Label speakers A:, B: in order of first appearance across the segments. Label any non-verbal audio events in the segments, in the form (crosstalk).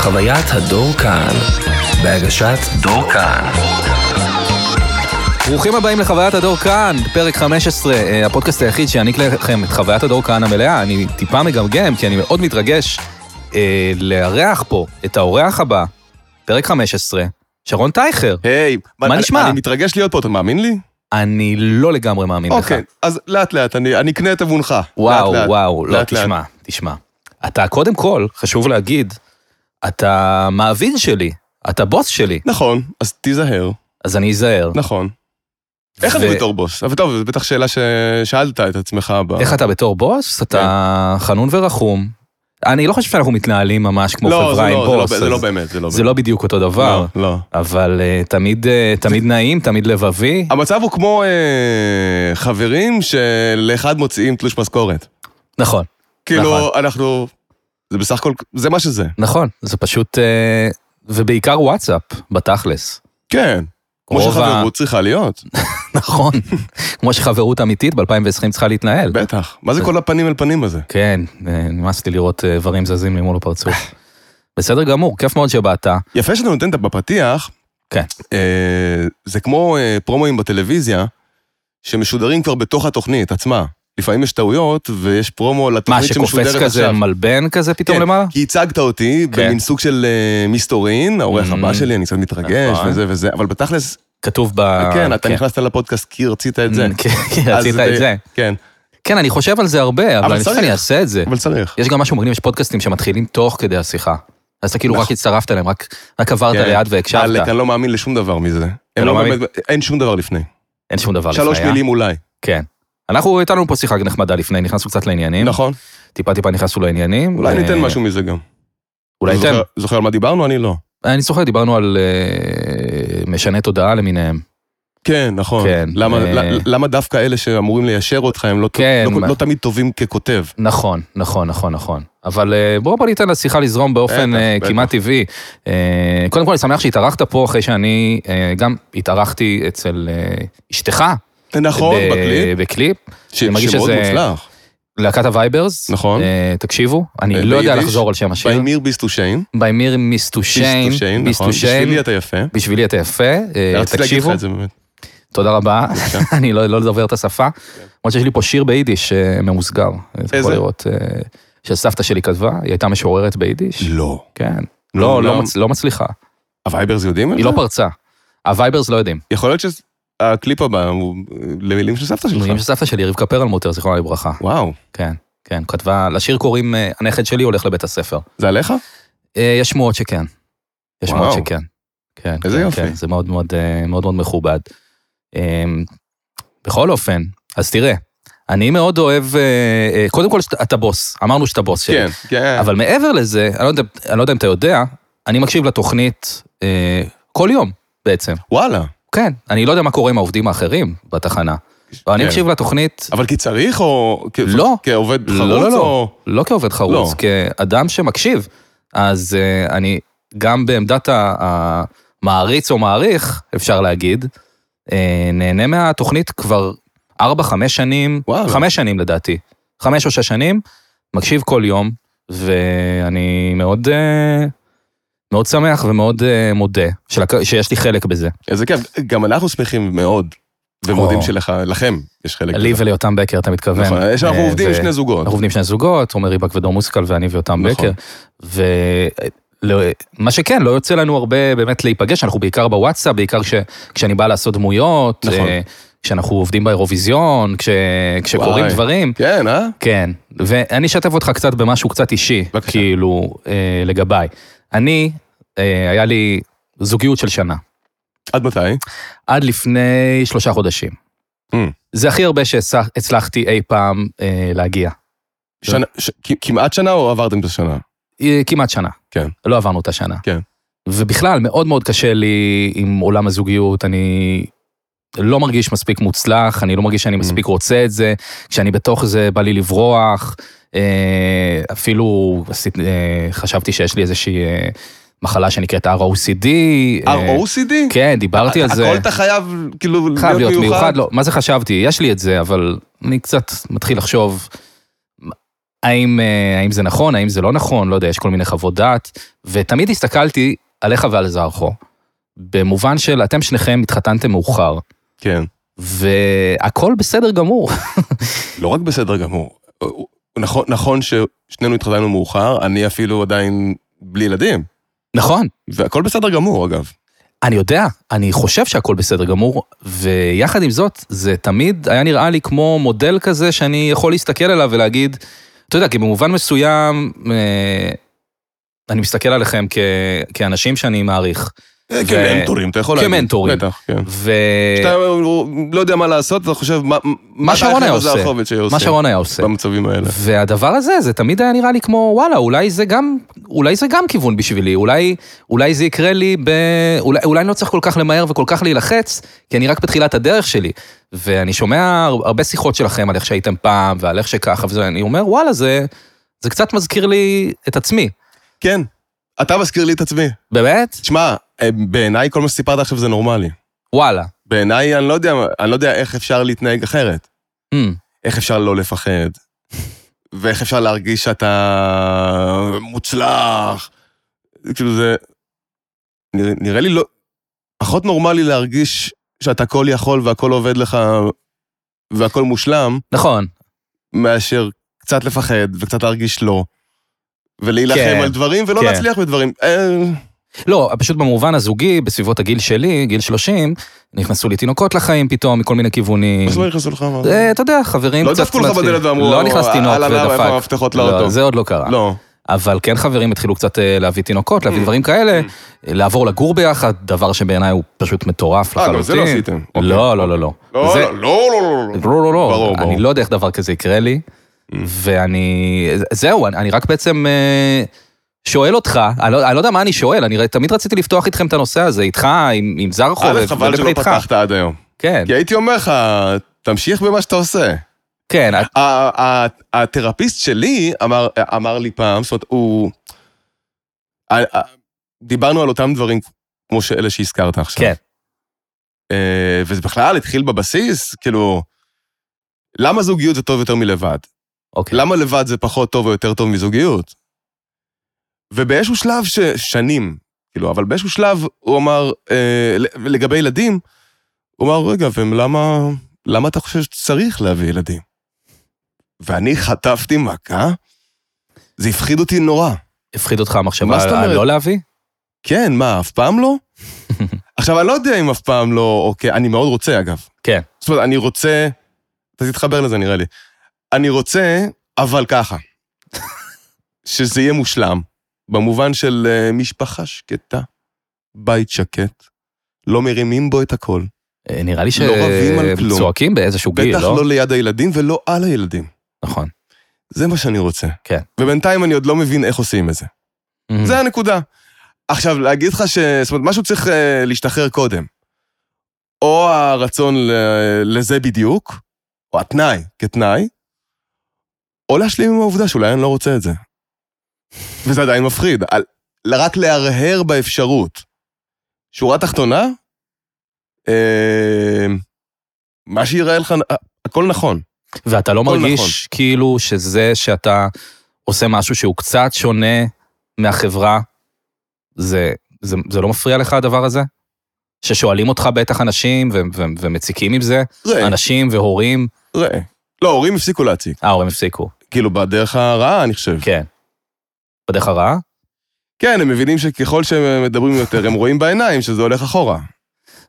A: חוויית הדור כאן, בהגשת דור כאן.
B: ברוכים הבאים לחוויית הדור כאן, פרק 15, אה, הפודקאסט היחיד שיעניק לכם את חוויית הדור כאן המלאה. אני טיפה מגמגם, כי אני מאוד מתרגש אה, לארח פה את האורח הבא, פרק 15, שרון טייכר.
C: היי,
B: מה
C: אני-
B: נשמע?
C: אני מתרגש להיות פה, אתה מאמין לי?
B: אני לא לגמרי מאמין לך.
C: אוקיי, אז לאט לאט, אני אני אקנה את עוונך.
B: וואו,
C: לאט, לאט.
B: וואו, לא,
C: לאט, לאט.
B: תשמע, תשמע. אתה, קודם כל, חשוב להגיד, אתה מעביד שלי, אתה בוס שלי,
C: נכון, אז תיזהר,
B: אז אני אזהר.
C: נכון. איך
B: ו-
C: אתה בתור בוס? אבל טוב, זו בטח שאלה ששאלת את עצמך ב...
B: איך אתה בתור בוס? אתה
C: כן.
B: חנון ורחום. אני לא חושב שאנחנו מתנהלים ממש כמו
C: לא, זה
B: חברה עם
C: לא, זה לא-
B: בוס.
C: זה לא
B: אז
C: באמת, זה לא
B: זה לא בדיוק אותו דבר,
C: לא, לא.
B: אבל אה, תמיד אה, תמיד נעים, תמיד לבבי.
C: המצב הוא כמו אה, חברים שלאחד מוציאים תלוש משכורת.
B: נכון,
C: כאילו, אנחנו... זה בסך הכל, זה מה שזה.
B: נכון, זה פשוט... אה, ובעיקר וואטסאפ,
C: (laughs)
B: בתכלס.
C: כן. כמו
B: רוב ה-
C: שחברות צריכה להיות,
B: נכון, כמו שחברות אמיתית ב-2020 צריכה להתנהל.
C: בטח. מה זה כל הפנים אל פנים הזה?
B: כן, אה, נמאס לי לראות אה, איברים זזים לי מול הפרצוף. בסדר גמור, כיף מאוד שבאת.
C: יפה שאתה נותן את בפתיח.
B: כן.
C: אה, זה כמו אה, פרומואים בטלוויזיה, שמשודרים כבר בתוך התוכנית עצמה. לפעמים יש טעויות, ויש פרומו
B: מה,
C: לתוכנית שמשודרת
B: שקופץ
C: עכשיו.
B: כזה מלבן כזה פתאום
C: כן,
B: למעלה?
C: כי הצגת אותי
B: כן.
C: במין סוג של אה, מסתורין, האורח
B: Mm.
C: הבא שלי, אני קצת מתרגש
B: נכון.
C: וזה וזה, אבל בתכלס,
B: כתוב ב...
C: כן, אתה נכנסת לפודקאסט כי רצית את זה.
B: כן, (laughs) כן,
C: אז
B: רצית את זה.
C: כן,
B: כן, אני חושב על זה הרבה, אבל
C: אבל
B: אני חושב
C: צריך.
B: שאני אעשה את זה.
C: אבל צריך.
B: יש גם משהו מגניב, יש פודקאסטים שמתחילים תוך כדי השיחה. אז אתה כאילו
C: נכון.
B: רק הצטרפת אליהם, רק רק עברת
C: כן.
B: ליד והקשבת.
C: עלק, אני לא מאמין לשום דבר מזה. הם
B: לא
C: לא
B: מאמין?
C: באמת- אין שום דבר לפני.
B: אין שום דבר לפני.
C: שלוש
B: אה?
C: מילים אולי.
B: כן. אנחנו, הייתה לנו פה שיחה נחמדה לפני, נכנסנו קצת לעניינים.
C: נכון?
B: טיפה טיפה נכנסנו לעניינים.
C: אולי
B: אה,
C: ניתן משהו מזה גם.
B: אולי
C: זוכר-
B: ניתן.
C: זוכר על מה דיברנו? אני לא.
B: אני זוכר, דיברנו על אה, משני תודעה למיניהם.
C: כן, נכון.
B: כן,
C: למה,
B: אה.
C: ל- למה דווקא אלה שאמורים ליישר אותך הם לא,
B: כן,
C: לא,
B: מה-
C: לא תמיד טובים ככותב?
B: נכון, נכון, נכון, נכון. אבל אה, בואו בוא ניתן לשיחה לזרום באופן
C: בטח,
B: אה,
C: בטח.
B: כמעט טבעי. אה, קודם כל, אני שמח שהתארחת פה אחרי שאני אה, גם התארחתי אצל אה, אשתך.
C: נכון,
B: ב-
C: בקליפ,
B: בקליפ.
C: ש-
B: אני מרגיש
C: שמאוד
B: שזה-
C: מוצלח. להקת
B: להקת הווייברס.
C: נכון.
B: אה, תקשיבו, אני
C: אה,
B: לא יודע
C: ביידיש?
B: לחזור על שם השיר.
C: באמיר ביסטושיין.
B: בימיר מיסטושיין.
C: נכון. בשבילי אתה יפה.
B: בשבילי אתה יפה. אה,
C: רציתי להגיד לך
B: תקשיבו,
C: את זה באמת.
B: תודה רבה. (laughs) אני לא לא דובר את השפה. למרות שיש לי פה שיר ביידיש אה, ממוסגר. אתה יכול
C: כן. איזה?
B: לראות. אה, שסבתא שלי כתבה, היא הייתה משוררת ביידיש.
C: לא.
B: כן. לא, לא
C: לא. אה.
B: מצ- לא מצליחה.
C: הווייברס יודעים את
B: היא
C: זה?
B: לא פרצה. הווייברס לא יודעים.
C: יכול להיות שהקליפ הבא הוא אה, למילים של סבתא שלך.
B: מילים של סבתא שלי, רבקה פרלמוטר, זיכרונה לברכה.
C: וואו.
B: כן, כן. כתבה, לשיר קוראים, אה, הנכד שלי הולך לבית הספר.
C: זה עליך?
B: אה, יש שמועות שכן. יש שמועות
C: וואו.
B: שכן. כן,
C: איזה
B: כן,
C: יופי.
B: כן, זה מאוד מאוד אה, מאוד מאוד מכובד. אה, בכל אופן, אז תראה, אני מאוד אוהב, אה, אה, קודם כל שאתה- אתה בוס, אמרנו שאתה בוס שלי.
C: כן, כן.
B: אבל מעבר לזה, אני לא יודע- אני לא יודע אם אתה יודע, אני מקשיב לתוכנית אה, כל יום בעצם.
C: וואלה.
B: כן, אני לא יודע מה קורה עם העובדים האחרים בתחנה. אבל אני
C: כן.
B: מקשיב לתוכנית
C: אבל כי צריך או... כ-
B: לא.
C: כעובד חרוץ
B: לא, לא, לא,
C: או...
B: לא כעובד חרוץ,
C: לא.
B: כאדם שמקשיב. אז אה, אני גם בעמדת ה- המעריץ או מעריך, אפשר להגיד, אה, נהנה מהתוכנית כבר 4-5 שנים,
C: וואלה.
B: 5 שנים לדעתי, 5 או 6 שנים, מקשיב כל יום, ואני מאוד... אה, מאוד שמח ומאוד אה, מודה שלק- שיש לי חלק בזה.
C: איזה כיף. גם אנחנו שמחים מאוד. ומודים שלך, לכם יש חלק.
B: לי וליותם בקר, אתה מתכוון.
C: נכון, יש אנחנו
B: אה,
C: עובדים
B: ו-
C: עם שני זוגות.
B: אנחנו עובדים שני זוגות, עומר ריבק ודור מוסקל ואני ויותם
C: אוקיי. נכון.
B: בקר. ומה שכן, לא יוצא לנו הרבה באמת להיפגש, אנחנו בעיקר בוואטסאפ, בעיקר כש- כשאני בא לעשות דמויות,
C: נכון.
B: אה, כשאנחנו עובדים באירוויזיון, כש- כשקורים
C: וואי.
B: דברים.
C: כן, אה?
B: כן, ואני אשתף אותך קצת במשהו קצת אישי,
C: בבקשה.
B: כאילו, אה, לגביי. אני, אה, היה לי זוגיות של שנה,
C: עד מתי?
B: עד לפני שלושה חודשים.
C: Mm.
B: זה הכי הרבה שהצלחתי אי פעם אה, להגיע.
C: שנה, ש, כ- כמעט שנה או עברתם את השנה?
B: אה, כמעט שנה.
C: כן.
B: לא עברנו את השנה.
C: כן.
B: ובכלל, מאוד מאוד קשה לי עם עולם הזוגיות, אני לא מרגיש מספיק מוצלח, אני לא מרגיש
C: Mm.
B: שאני מספיק רוצה את זה, כשאני בתוך זה בא לי לברוח, אה, אפילו עשית- אה, חשבתי שיש לי איזושהי אה, מחלה שנקראת ROCD. אה,
C: OCD?
B: כן, דיברתי על זה.
C: אה, הכל אתה חייב, כאילו,
B: חייב להיות מיוחד, לא, מה זה חשבתי? יש לי את זה, אבל אני קצת מתחיל לחשוב, האם, אה, האם זה נכון, האם זה לא נכון, לא יודע, יש כל מיני חוות דעת, ותמיד הסתכלתי עליך ועל זרחו, במובן של אתם שניכם התחתנתם מאוחר,
C: כן.
B: והכל בסדר גמור. (laughs)
C: לא רק בסדר גמור. הוא- נכון, נכון ששנינו התחתנו מאוחר, אני אפילו עדיין בלי ילדים.
B: נכון,
C: והכל בסדר גמור, אגב.
B: אני יודע, אני חושב שהכל בסדר גמור, ויחד עם זאת, זה תמיד היה נראה לי כמו מודל כזה שאני יכול להסתכל עליו ולהגיד, אתה יודע, כי במובן מסוים, אה, אני מסתכל עליכם כ, כאנשים שאני מעריך.
C: אה, כמנטורים, אתה יכול להגיד.
B: כמנטורים.
C: בטח, כן.
B: ו...
C: שאתה לא יודע מה לעשות, אתה חושב, מה- מה אתה
B: שרון
C: היחיד
B: היה
C: הזה
B: עושה?
C: הרחובות שהיו
B: מה
C: עושים
B: שרון היה עושה.
C: במצבים האלה.
B: והדבר הזה, זה תמיד היה נראה לי כמו, וואלה, אולי זה גם, אולי זה גם כיוון בשבילי, אולי, אולי זה יקרה לי ב... אולי, אולי אני לא צריך כל כך למהר וכל כך להילחץ, כי אני רק בתחילת הדרך שלי. ואני שומע הר- הרבה שיחות שלכם על איך שהייתם פעם, ועל איך שככה וזה, אני אומר, וואלה, זה, זה קצת מזכיר לי את עצמי.
C: כן, אתה מזכיר לי את עצמי.
B: באמת?
C: תשמע, אה, בעיניי כל מה שסיפרת עכשיו זה נורמלי.
B: וואלה.
C: בעיניי, אני לא יודע, אני לא יודע איך אפשר להתנהג אחרת.
B: Mm,
C: איך אפשר לא לפחד, ואיך אפשר להרגיש שאתה מוצלח. זה כאילו זה... נראה, נראה לי לא... פחות נורמלי להרגיש שאתה כל יכול והכל עובד לך והכל מושלם,
B: נכון.
C: מאשר קצת לפחד וקצת להרגיש לא. ולהילחם
B: כן,
C: על דברים ולא
B: כן.
C: להצליח בדברים. אה,
B: לא, פשוט במובן הזוגי, בסביבות הגיל שלי, גיל 30, נכנסו לי תינוקות לחיים פתאום, מכל מיני כיוונים.
C: מה שלא נכנסו לך, מה?
B: כן. אה, אתה יודע, חברים
C: לא
B: קצת
C: דפקו לך
B: מתחיל-
C: בדלת ואמרו, "אה,
B: לא נכנס תינוק
C: "אהלן, אהלן, איפה
B: ודפק.
C: המפתחות
B: לא,
C: לאוטו?
B: זה עוד לא קרה.
C: לא.
B: אבל כן חברים התחילו קצת אה, להביא תינוקות, להביא
C: Mm.
B: דברים כאלה, אה, לעבור לגור ביחד, דבר שבעיניי הוא פשוט מטורף
C: אה,
B: לחלוטין.
C: גם זה לא עשיתם. אוקיי.
B: לא, לא, לא, לא.
C: לא,
B: זה-
C: לא, לא, לא, לא,
B: לא,
C: לא.
B: לא, לא.
C: ברור, ברור. Mm.
B: אני לא יודע איך דבר כזה יקרה לי, ואני... זהו, אני- אני רק בעצם אה, שואל אותך, אני לא אני לא יודע מה אני שואל, אני ר- תמיד רציתי לפתוח איתכם את הנושא הזה, איתך, עם עם זרחו,
C: א', אה, חבל
B: ובטח
C: שלא
B: איתך.
C: פתחת עד היום.
B: כן,
C: כי הייתי אומר לך, תמשיך במה שאתה עושה.
B: כן, את-
C: ה- ה- התרפיסט שלי אמר, אמר לי פעם, זאת אומרת, הוא... ה- ה- דיברנו על אותם דברים כמו שאלה שהזכרת עכשיו.
B: כן.
C: אה, וזה בכלל התחיל בבסיס, כאילו, למה זוגיות זה טוב יותר מלבד?
B: אוקיי.
C: למה לבד זה פחות טוב או יותר טוב מזוגיות? ובאיזשהו שלב ששנים, כאילו, אבל באיזשהו שלב הוא אמר, אה, ל- לגבי ילדים, הוא אמר, רגע, ולמה למה אתה חושב שצריך להביא ילדים? ואני חטפתי מכה, זה הפחיד אותי נורא.
B: הפחיד אותך המחשבה
C: מה זאת
B: על- על
C: אומרת?
B: לא להביא?
C: כן, מה, אף פעם
B: (laughs)
C: לא? עכשיו, אני לא יודע אם אף פעם לא, אוקיי, אני מאוד רוצה, אגב.
B: כן.
C: זאת אומרת, אני רוצה, אתה תתחבר לזה, נראה לי. אני רוצה, אבל ככה.
B: (laughs)
C: שזה יהיה מושלם, במובן של אה, משפחה שקטה, בית שקט, לא מרימים בו את הכל.
B: אה, נראה לי
C: לא רבים על כלום.
B: שצועקים באיזשהו גיל,
C: בטח
B: לא?
C: לא ליד הילדים ולא על הילדים.
B: נכון.
C: זה מה שאני רוצה.
B: כן.
C: ובינתיים אני עוד לא מבין איך עושים את זה. זה הנקודה. עכשיו, להגיד לך ש... זאת אומרת, משהו צריך אה, להשתחרר קודם. או הרצון ל- לזה בדיוק, או התנאי, כתנאי, או להשלים עם העובדה שאולי אני לא רוצה את זה. וזה עדיין מפחיד. על... רק להרהר באפשרות. שורה תחתונה, אה, מה שיראה לך, הכל נכון.
B: ואתה לא
C: הכל
B: מרגיש
C: נכון.
B: כאילו שזה שאתה עושה משהו שהוא קצת שונה מהחברה, זה, זה, זה לא מפריע לך הדבר הזה? ששואלים אותך בטח אנשים ו- ו- ומציקים עם זה,
C: ראה,
B: אנשים והורים,
C: ראה. לא, ההורים הפסיקו להציג.
B: אה, הם הפסיקו,
C: כאילו, בדרך הרעה, אני חושב.
B: כן. בדרך הרעה?
C: כן, הם מבינים שככל שהם מדברים יותר, הם רואים בעיניים שזה הולך אחורה.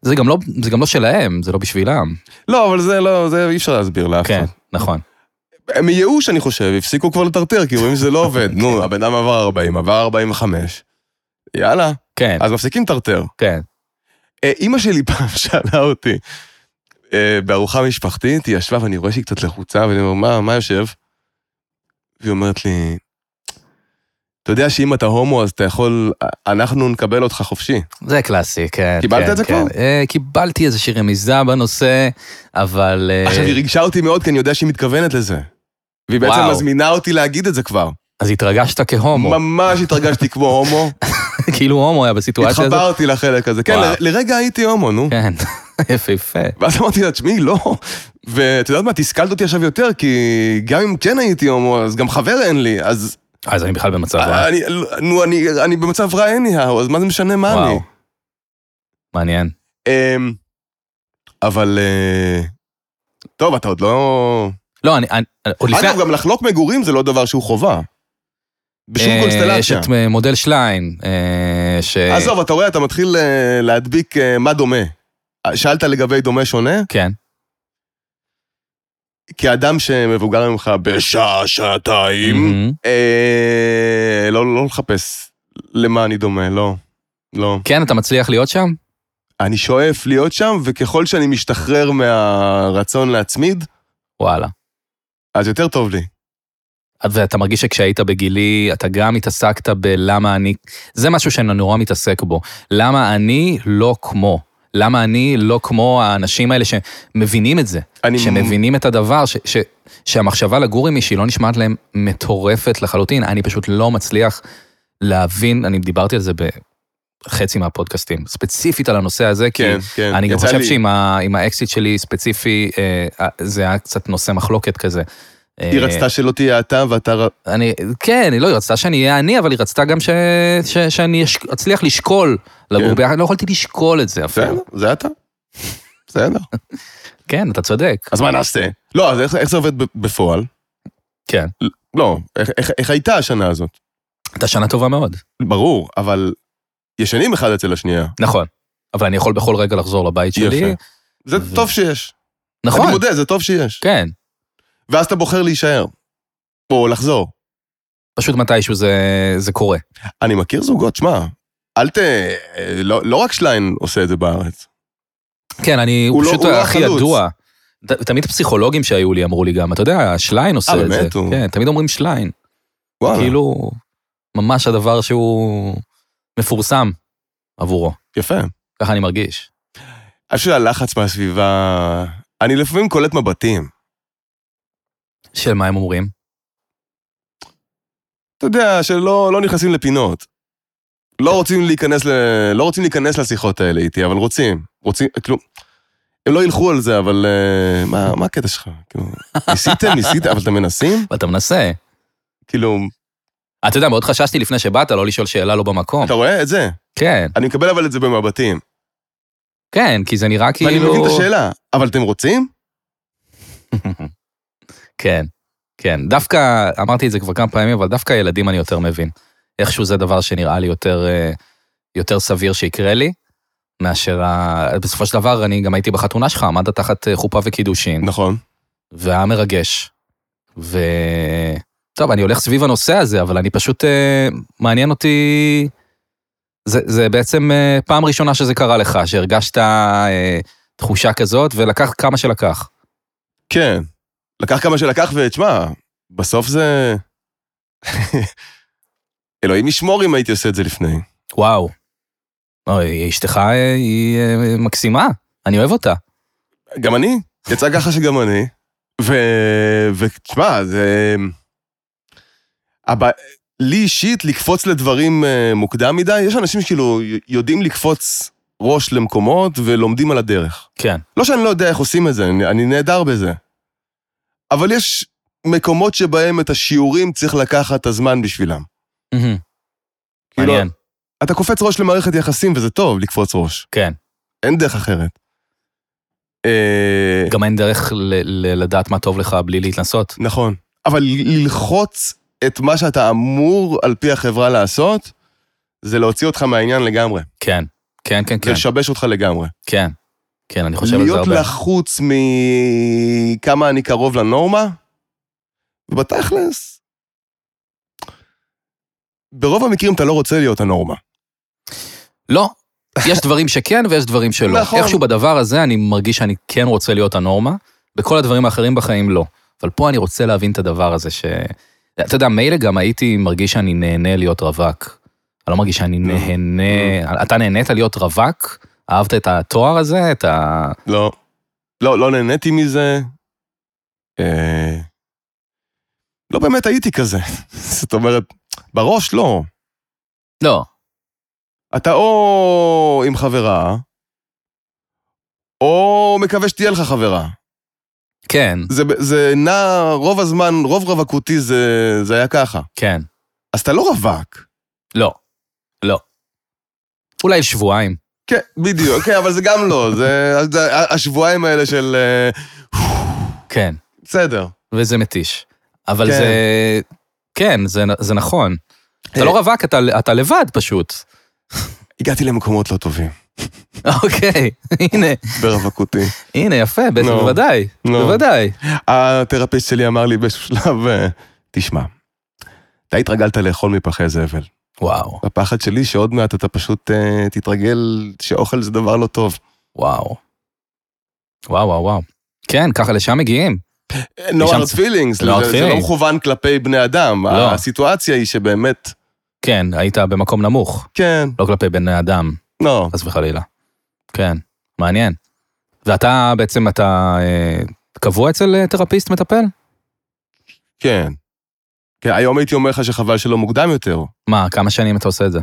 B: זה גם, לא, זה גם לא שלהם, זה לא בשבילם.
C: לא, אבל זה לא, זה אי אפשר להסביר לאף
B: כן,
C: אחד.
B: נכון.
C: הם מייאוש, אני חושב, הפסיקו כבר לטרטר, כי רואים שזה לא עובד. נו, הבן אדם עבר 40, עבר 45. יאללה,
B: כן,
C: אז מפסיקים לטרטר.
B: כן.
C: אה, אימא שלי פעם (laughs) שאלה אותי, אה, בארוחה משפחתית, היא ישבה ואני רואה שהיא קצת לחוצה, ואני אומר, מה, מה יושב? והיא אומרת לי, אתה יודע שאם אתה הומו אז אתה יכול, אה, אנחנו נקבל אותך חופשי.
B: זה קלאסי, כן.
C: קיבלת
B: כן,
C: את זה
B: כן.
C: כבר?
B: אה, קיבלתי איזושהי רמיזה בנושא, אבל... אה,
C: עכשיו, היא ריגשה אותי מאוד, כי אני יודע שהיא מתכוונת לזה. והיא בעצם
B: וואו.
C: מזמינה אותי להגיד את זה כבר.
B: אז התרגשת כהומו,
C: ממש התרגשתי כמו הומו,
B: (laughs) כאילו הומו היה בסיטואציה הזאת.
C: התחברתי לחלק הזה. כן,
B: וואו.
C: ל- לרגע הייתי הומו, נו.
B: כן, (laughs) יפהפה.
C: ואז אמרתי לה, תשמעי, לא, ואת יודעת מה, תסכלת אותי עכשיו יותר, כי גם אם כן הייתי הומו, אז גם חבר אין לי, אז אה,
B: אז אני בכלל במצב רע.
C: אני, נו, אני, אני במצב רע anyhow, אז מה זה משנה מה
B: וואו.
C: אני?
B: מעניין.
C: אמ, אבל... אה, טוב, אתה עוד לא...
B: לא, אני... אני- עוד לפני...
C: אגב, גם לחלוק מגורים זה לא דבר שהוא חובה. בשום
B: אה, יש
C: קונסטלציה.
B: את אה, מודל שליין, אה, ש...
C: עזוב, אתה רואה, אתה מתחיל אה, להדביק אה, מה דומה. אה, שאלת לגבי דומה שונה?
B: כן.
C: כאדם שמבוגר ממך בשעה, שעתיים,
B: מהמם.
C: אה, לא לא לחפש למה אני דומה, לא. לא.
B: כן, אתה מצליח להיות שם?
C: אני שואף להיות שם, וככל שאני משתחרר מהרצון להצמיד,
B: וואלה.
C: אז יותר טוב לי.
B: ואתה מרגיש שכשהיית בגילי, אתה גם התעסקת בלמה אני... זה משהו שאני נורא מתעסק בו. למה אני לא כמו? למה אני לא כמו האנשים האלה שמבינים את זה?
C: אני
B: שמבינים את הדבר, ש, ש, שהמחשבה לגור עם מישהי לא נשמעת להם מטורפת לחלוטין. אני פשוט לא מצליח להבין, אני דיברתי על זה בחצי מהפודקאסטים, ספציפית על הנושא הזה, כי
C: כן, כן.
B: אני גם
C: יצא
B: חושב
C: לי.
B: שעם ה, עם האקסיט שלי ספציפי, אה, זה היה קצת נושא מחלוקת כזה.
C: היא
B: אה,
C: רצתה שלא תהיה אתה ואתה... ר-
B: אני, כן, היא לא, היא רצתה שאני אהיה אני, אבל היא רצתה גם ש, ש, שאני אש- אצליח לשקול לגור
C: כן.
B: ביחד, לא יכולתי לשקול את זה
C: בסדר,
B: אפילו.
C: זה אתה. בסדר.
B: כן, אתה צודק.
C: אז מה נעשה? לא, אז איך- איך זה עובד ב- בפועל?
B: כן.
C: לא, איך- איך- איך הייתה השנה הזאת?
B: אתה שנה טובה מאוד.
C: ברור, אבל ישנים אחד אצל השנייה.
B: נכון. אבל אני יכול בכל רגע לחזור לבית שלי.
C: יפה. זה
B: ו-
C: טוב שיש.
B: נכון.
C: אני מודה, זה טוב שיש.
B: כן.
C: ואז אתה בוחר להישאר. או לחזור.
B: פשוט מתישהו זה, זה קורה.
C: אני מכיר זוגות, שמע, אל ת... לא לא רק שליין עושה את זה בארץ.
B: כן, אני
C: הוא
B: הוא
C: לא-
B: פשוט
C: הוא לא
B: הכי
C: החלוץ.
B: ידוע. ת, תמיד הפסיכולוגים שהיו לי אמרו לי גם, אתה יודע, שליין עושה
C: אה,
B: את
C: באמת?
B: זה.
C: הוא-
B: כן, תמיד אומרים שליין.
C: וואלה,
B: כאילו, ממש הדבר שהוא מפורסם עבורו.
C: יפה.
B: ככה אני מרגיש.
C: אני חושב שהלחץ מהסביבה... אני לפעמים קולט מבטים.
B: של מה הם אומרים?
C: אתה יודע, שלא לא נכנסים לפינות. לא רוצים להיכנס, ל... לא רוצים להיכנס לשיחות האלה איתי, אבל רוצים. רוצים, כאילו, הם לא ילכו על זה, אבל אה, מה, מה הקטע שלך? כאילו, ניסיתם, ניסיתם, אבל אתם מנסים?
B: ואתה מנסה.
C: כאילו,
B: אתה יודע, מאוד חששתי לפני שבאת לא לשאול שאלה לא במקום.
C: אתה רואה את זה?
B: כן,
C: אני מקבל אבל את זה במבטים.
B: כן, כי זה נראה כאילו...
C: ואני מבין את השאלה, אבל אתם רוצים?
B: (laughs) כן, כן. דווקא, אמרתי את זה כבר כמה פעמים, אבל דווקא ילדים אני יותר מבין. איכשהו זה דבר שנראה לי יותר, אה, יותר סביר שיקרה לי, מאשר ה... בסופו של דבר, אני גם הייתי בחתונה שלך, עמדת תחת אה, חופה וקידושין,
C: נכון.
B: והיה מרגש. ו... טוב, אני הולך סביב הנושא הזה, אבל אני פשוט... אה, מעניין אותי... זה, זה בעצם אה, פעם ראשונה שזה קרה לך, שהרגשת אה, תחושה כזאת, ולקח כמה שלקח.
C: כן. לקח כמה שלקח, ותשמע, בסוף זה... (laughs) אלוהים ישמור אם הייתי עושה את זה לפני.
B: וואו. אוי, אשתך אה, היא אה, מקסימה, אני אוהב אותה.
C: גם אני, יצא ככה שגם אני. ו... ותשמע, זה... הבא... לי אישית לקפוץ לדברים אה, מוקדם מדי, יש אנשים שכאילו י- יודעים לקפוץ ראש למקומות ולומדים על הדרך.
B: כן.
C: לא שאני לא יודע איך עושים את זה, אני, אני נהדר בזה. אבל יש מקומות שבהם את השיעורים צריך לקחת את הזמן בשבילם. כאילו,
B: מעניין,
C: אתה קופץ ראש למערכת יחסים וזה טוב לקפוץ ראש,
B: כן.
C: אין דרך אחרת. אה,
B: גם אין דרך ל- ל- לדעת מה טוב לך בלי להתנסות.
C: נכון. אבל ללחוץ את מה שאתה אמור על פי החברה לעשות, זה להוציא אותך מהעניין לגמרי.
B: כן, כן, כן,
C: זה
B: כן,
C: לשבש אותך לגמרי.
B: כן. כן, אני חושב על זה
C: להיות
B: הרבה.
C: לחוץ מכמה אני קרוב לנורמה, ובתכלס, ברוב המקרים אתה לא רוצה להיות הנורמה.
B: לא, יש דברים שכן ויש דברים שלא.
C: נכון.
B: איכשהו בדבר הזה אני מרגיש שאני כן רוצה להיות הנורמה, בכל הדברים האחרים בחיים לא. אבל פה אני רוצה להבין את הדבר הזה ש... אתה יודע, מילא גם הייתי מרגיש שאני נהנה להיות רווק. אני לא מרגיש שאני נהנה... אתה נהנית להיות רווק? אהבת את התואר הזה? את ה...
C: לא. לא, לא נהניתי מזה. אה, לא באמת הייתי כזה. (laughs) זאת אומרת, בראש לא.
B: לא.
C: אתה או עם חברה, או מקווה שתהיה לך חברה.
B: כן,
C: זה, זה נע, רוב הזמן, רוב רווקותי זה, זה היה ככה.
B: כן.
C: אז אתה לא רווק.
B: לא. לא. אולי שבועיים.
C: כן, בדיוק, כן, אבל זה גם לא, זה, זה השבועיים האלה של... אה,
B: כן.
C: בסדר.
B: וזה מתיש. אבל
C: כן.
B: זה... כן, זה, זה נכון. אתה
C: אה.
B: לא רווק, אתה, אתה לבד פשוט. (laughs)
C: הגעתי למקומות לא טובים,
B: אוקיי, הנה,
C: ברווקותי.
B: הנה, יפה, בטח,
C: נו.
B: בוודאי,
C: נו.
B: בוודאי.
C: התרפיסט שלי אמר לי באיזשהו שלב, אה, תשמע, אתה התרגלת לאכול מפחי זבל.
B: וואו,
C: הפחד שלי שעוד מעט אתה פשוט אה, תתרגל שאוכל זה דבר לא טוב.
B: וואו. וואו, וואו, וואו. כן, ככה לשם מגיעים.
C: No
B: משם
C: לא hard
B: צ- No hard
C: feelings, זה- זה לא
B: feelings.
C: מכוון כלפי בני אדם.
B: לא.
C: הסיטואציה היא שבאמת,
B: כן, היית במקום נמוך,
C: כן,
B: לא כלפי בני אדם,
C: לא.
B: חס וחלילה. כן, מעניין. ואתה בעצם, אתה אה, קבוע אצל אה, תרפיסט מטפל?
C: כן. כן, היום הייתי אומר לך שחבל שלא מוקדם יותר.
B: מה, כמה שנים אתה עושה את זה?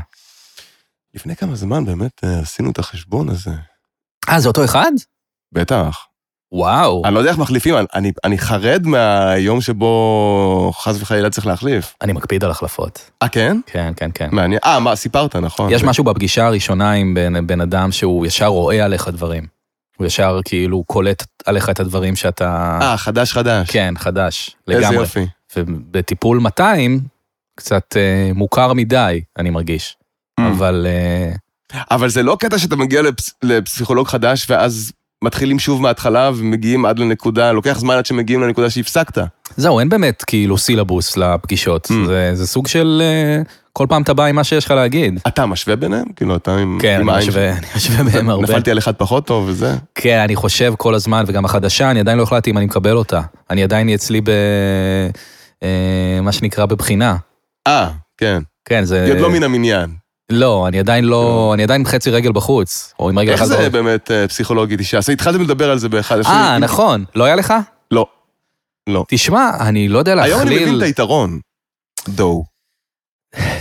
C: לפני כמה זמן באמת אה, עשינו את החשבון הזה.
B: אה, זה אותו אחד?
C: בטח.
B: וואו,
C: אני לא יודע איך מחליפים, אני- אני, אני חרד מהיום שבו חס וחלילה צריך להחליף.
B: אני מקפיד על החלפות.
C: אה, כן?
B: כן, כן, כן.
C: מעניין. אה, מה, סיפרת, נכון.
B: יש משהו בפגישה הראשונה עם בן, בן אדם שהוא ישר רואה עליך דברים. הוא ישר כאילו קולט עליך את הדברים שאתה...
C: אה, חדש חדש.
B: כן, חדש,
C: איזה
B: לגמרי.
C: יופי.
B: ובטיפול 200, קצת אה, מוכר מדי, אני מרגיש.
C: Mm.
B: אבל אה,
C: אבל זה לא קטע שאתה מגיע לפס... לפסיכולוג חדש ואז מתחילים שוב מההתחלה ומגיעים עד לנקודה, לוקח זמן עד שמגיעים לנקודה שהפסקת.
B: זהו, אין באמת כאילו סילבוס לפגישות.
C: Mm.
B: זה- זה סוג של... אה, כל פעם אתה בא עם מה שיש לך להגיד.
C: אתה משווה ביניהם? כאילו, אתה עם...
B: כן,
C: עם
B: אני
C: העין
B: משווה אני משווה (laughs)
C: שלך.
B: בהם הרבה.
C: נפלתי על אחד פחות טוב וזה.
B: כן, אני חושב כל הזמן, וגם החדשה, אני עדיין לא החלטתי אם אני מקבל אותה. אני עדיין היא אצלי ב... אה, מה שנקרא בבחינה.
C: אה, כן.
B: כן, זה...
C: היא עוד לא מן המניין.
B: לא, אני עדיין לא... אני עדיין עם חצי רגל בחוץ, או עם רגל
C: איך
B: אחת
C: זה
B: בחוץ.
C: באמת אה, פסיכולוגית אישה? אז התחלתם לדבר על זה באחד.
B: אה,
C: אפילו-
B: נכון, לא היה לך?
C: לא. לא.
B: תשמע, אני לא יודע
C: היום אני מבין
B: להכליל...
C: את היתרון. דו.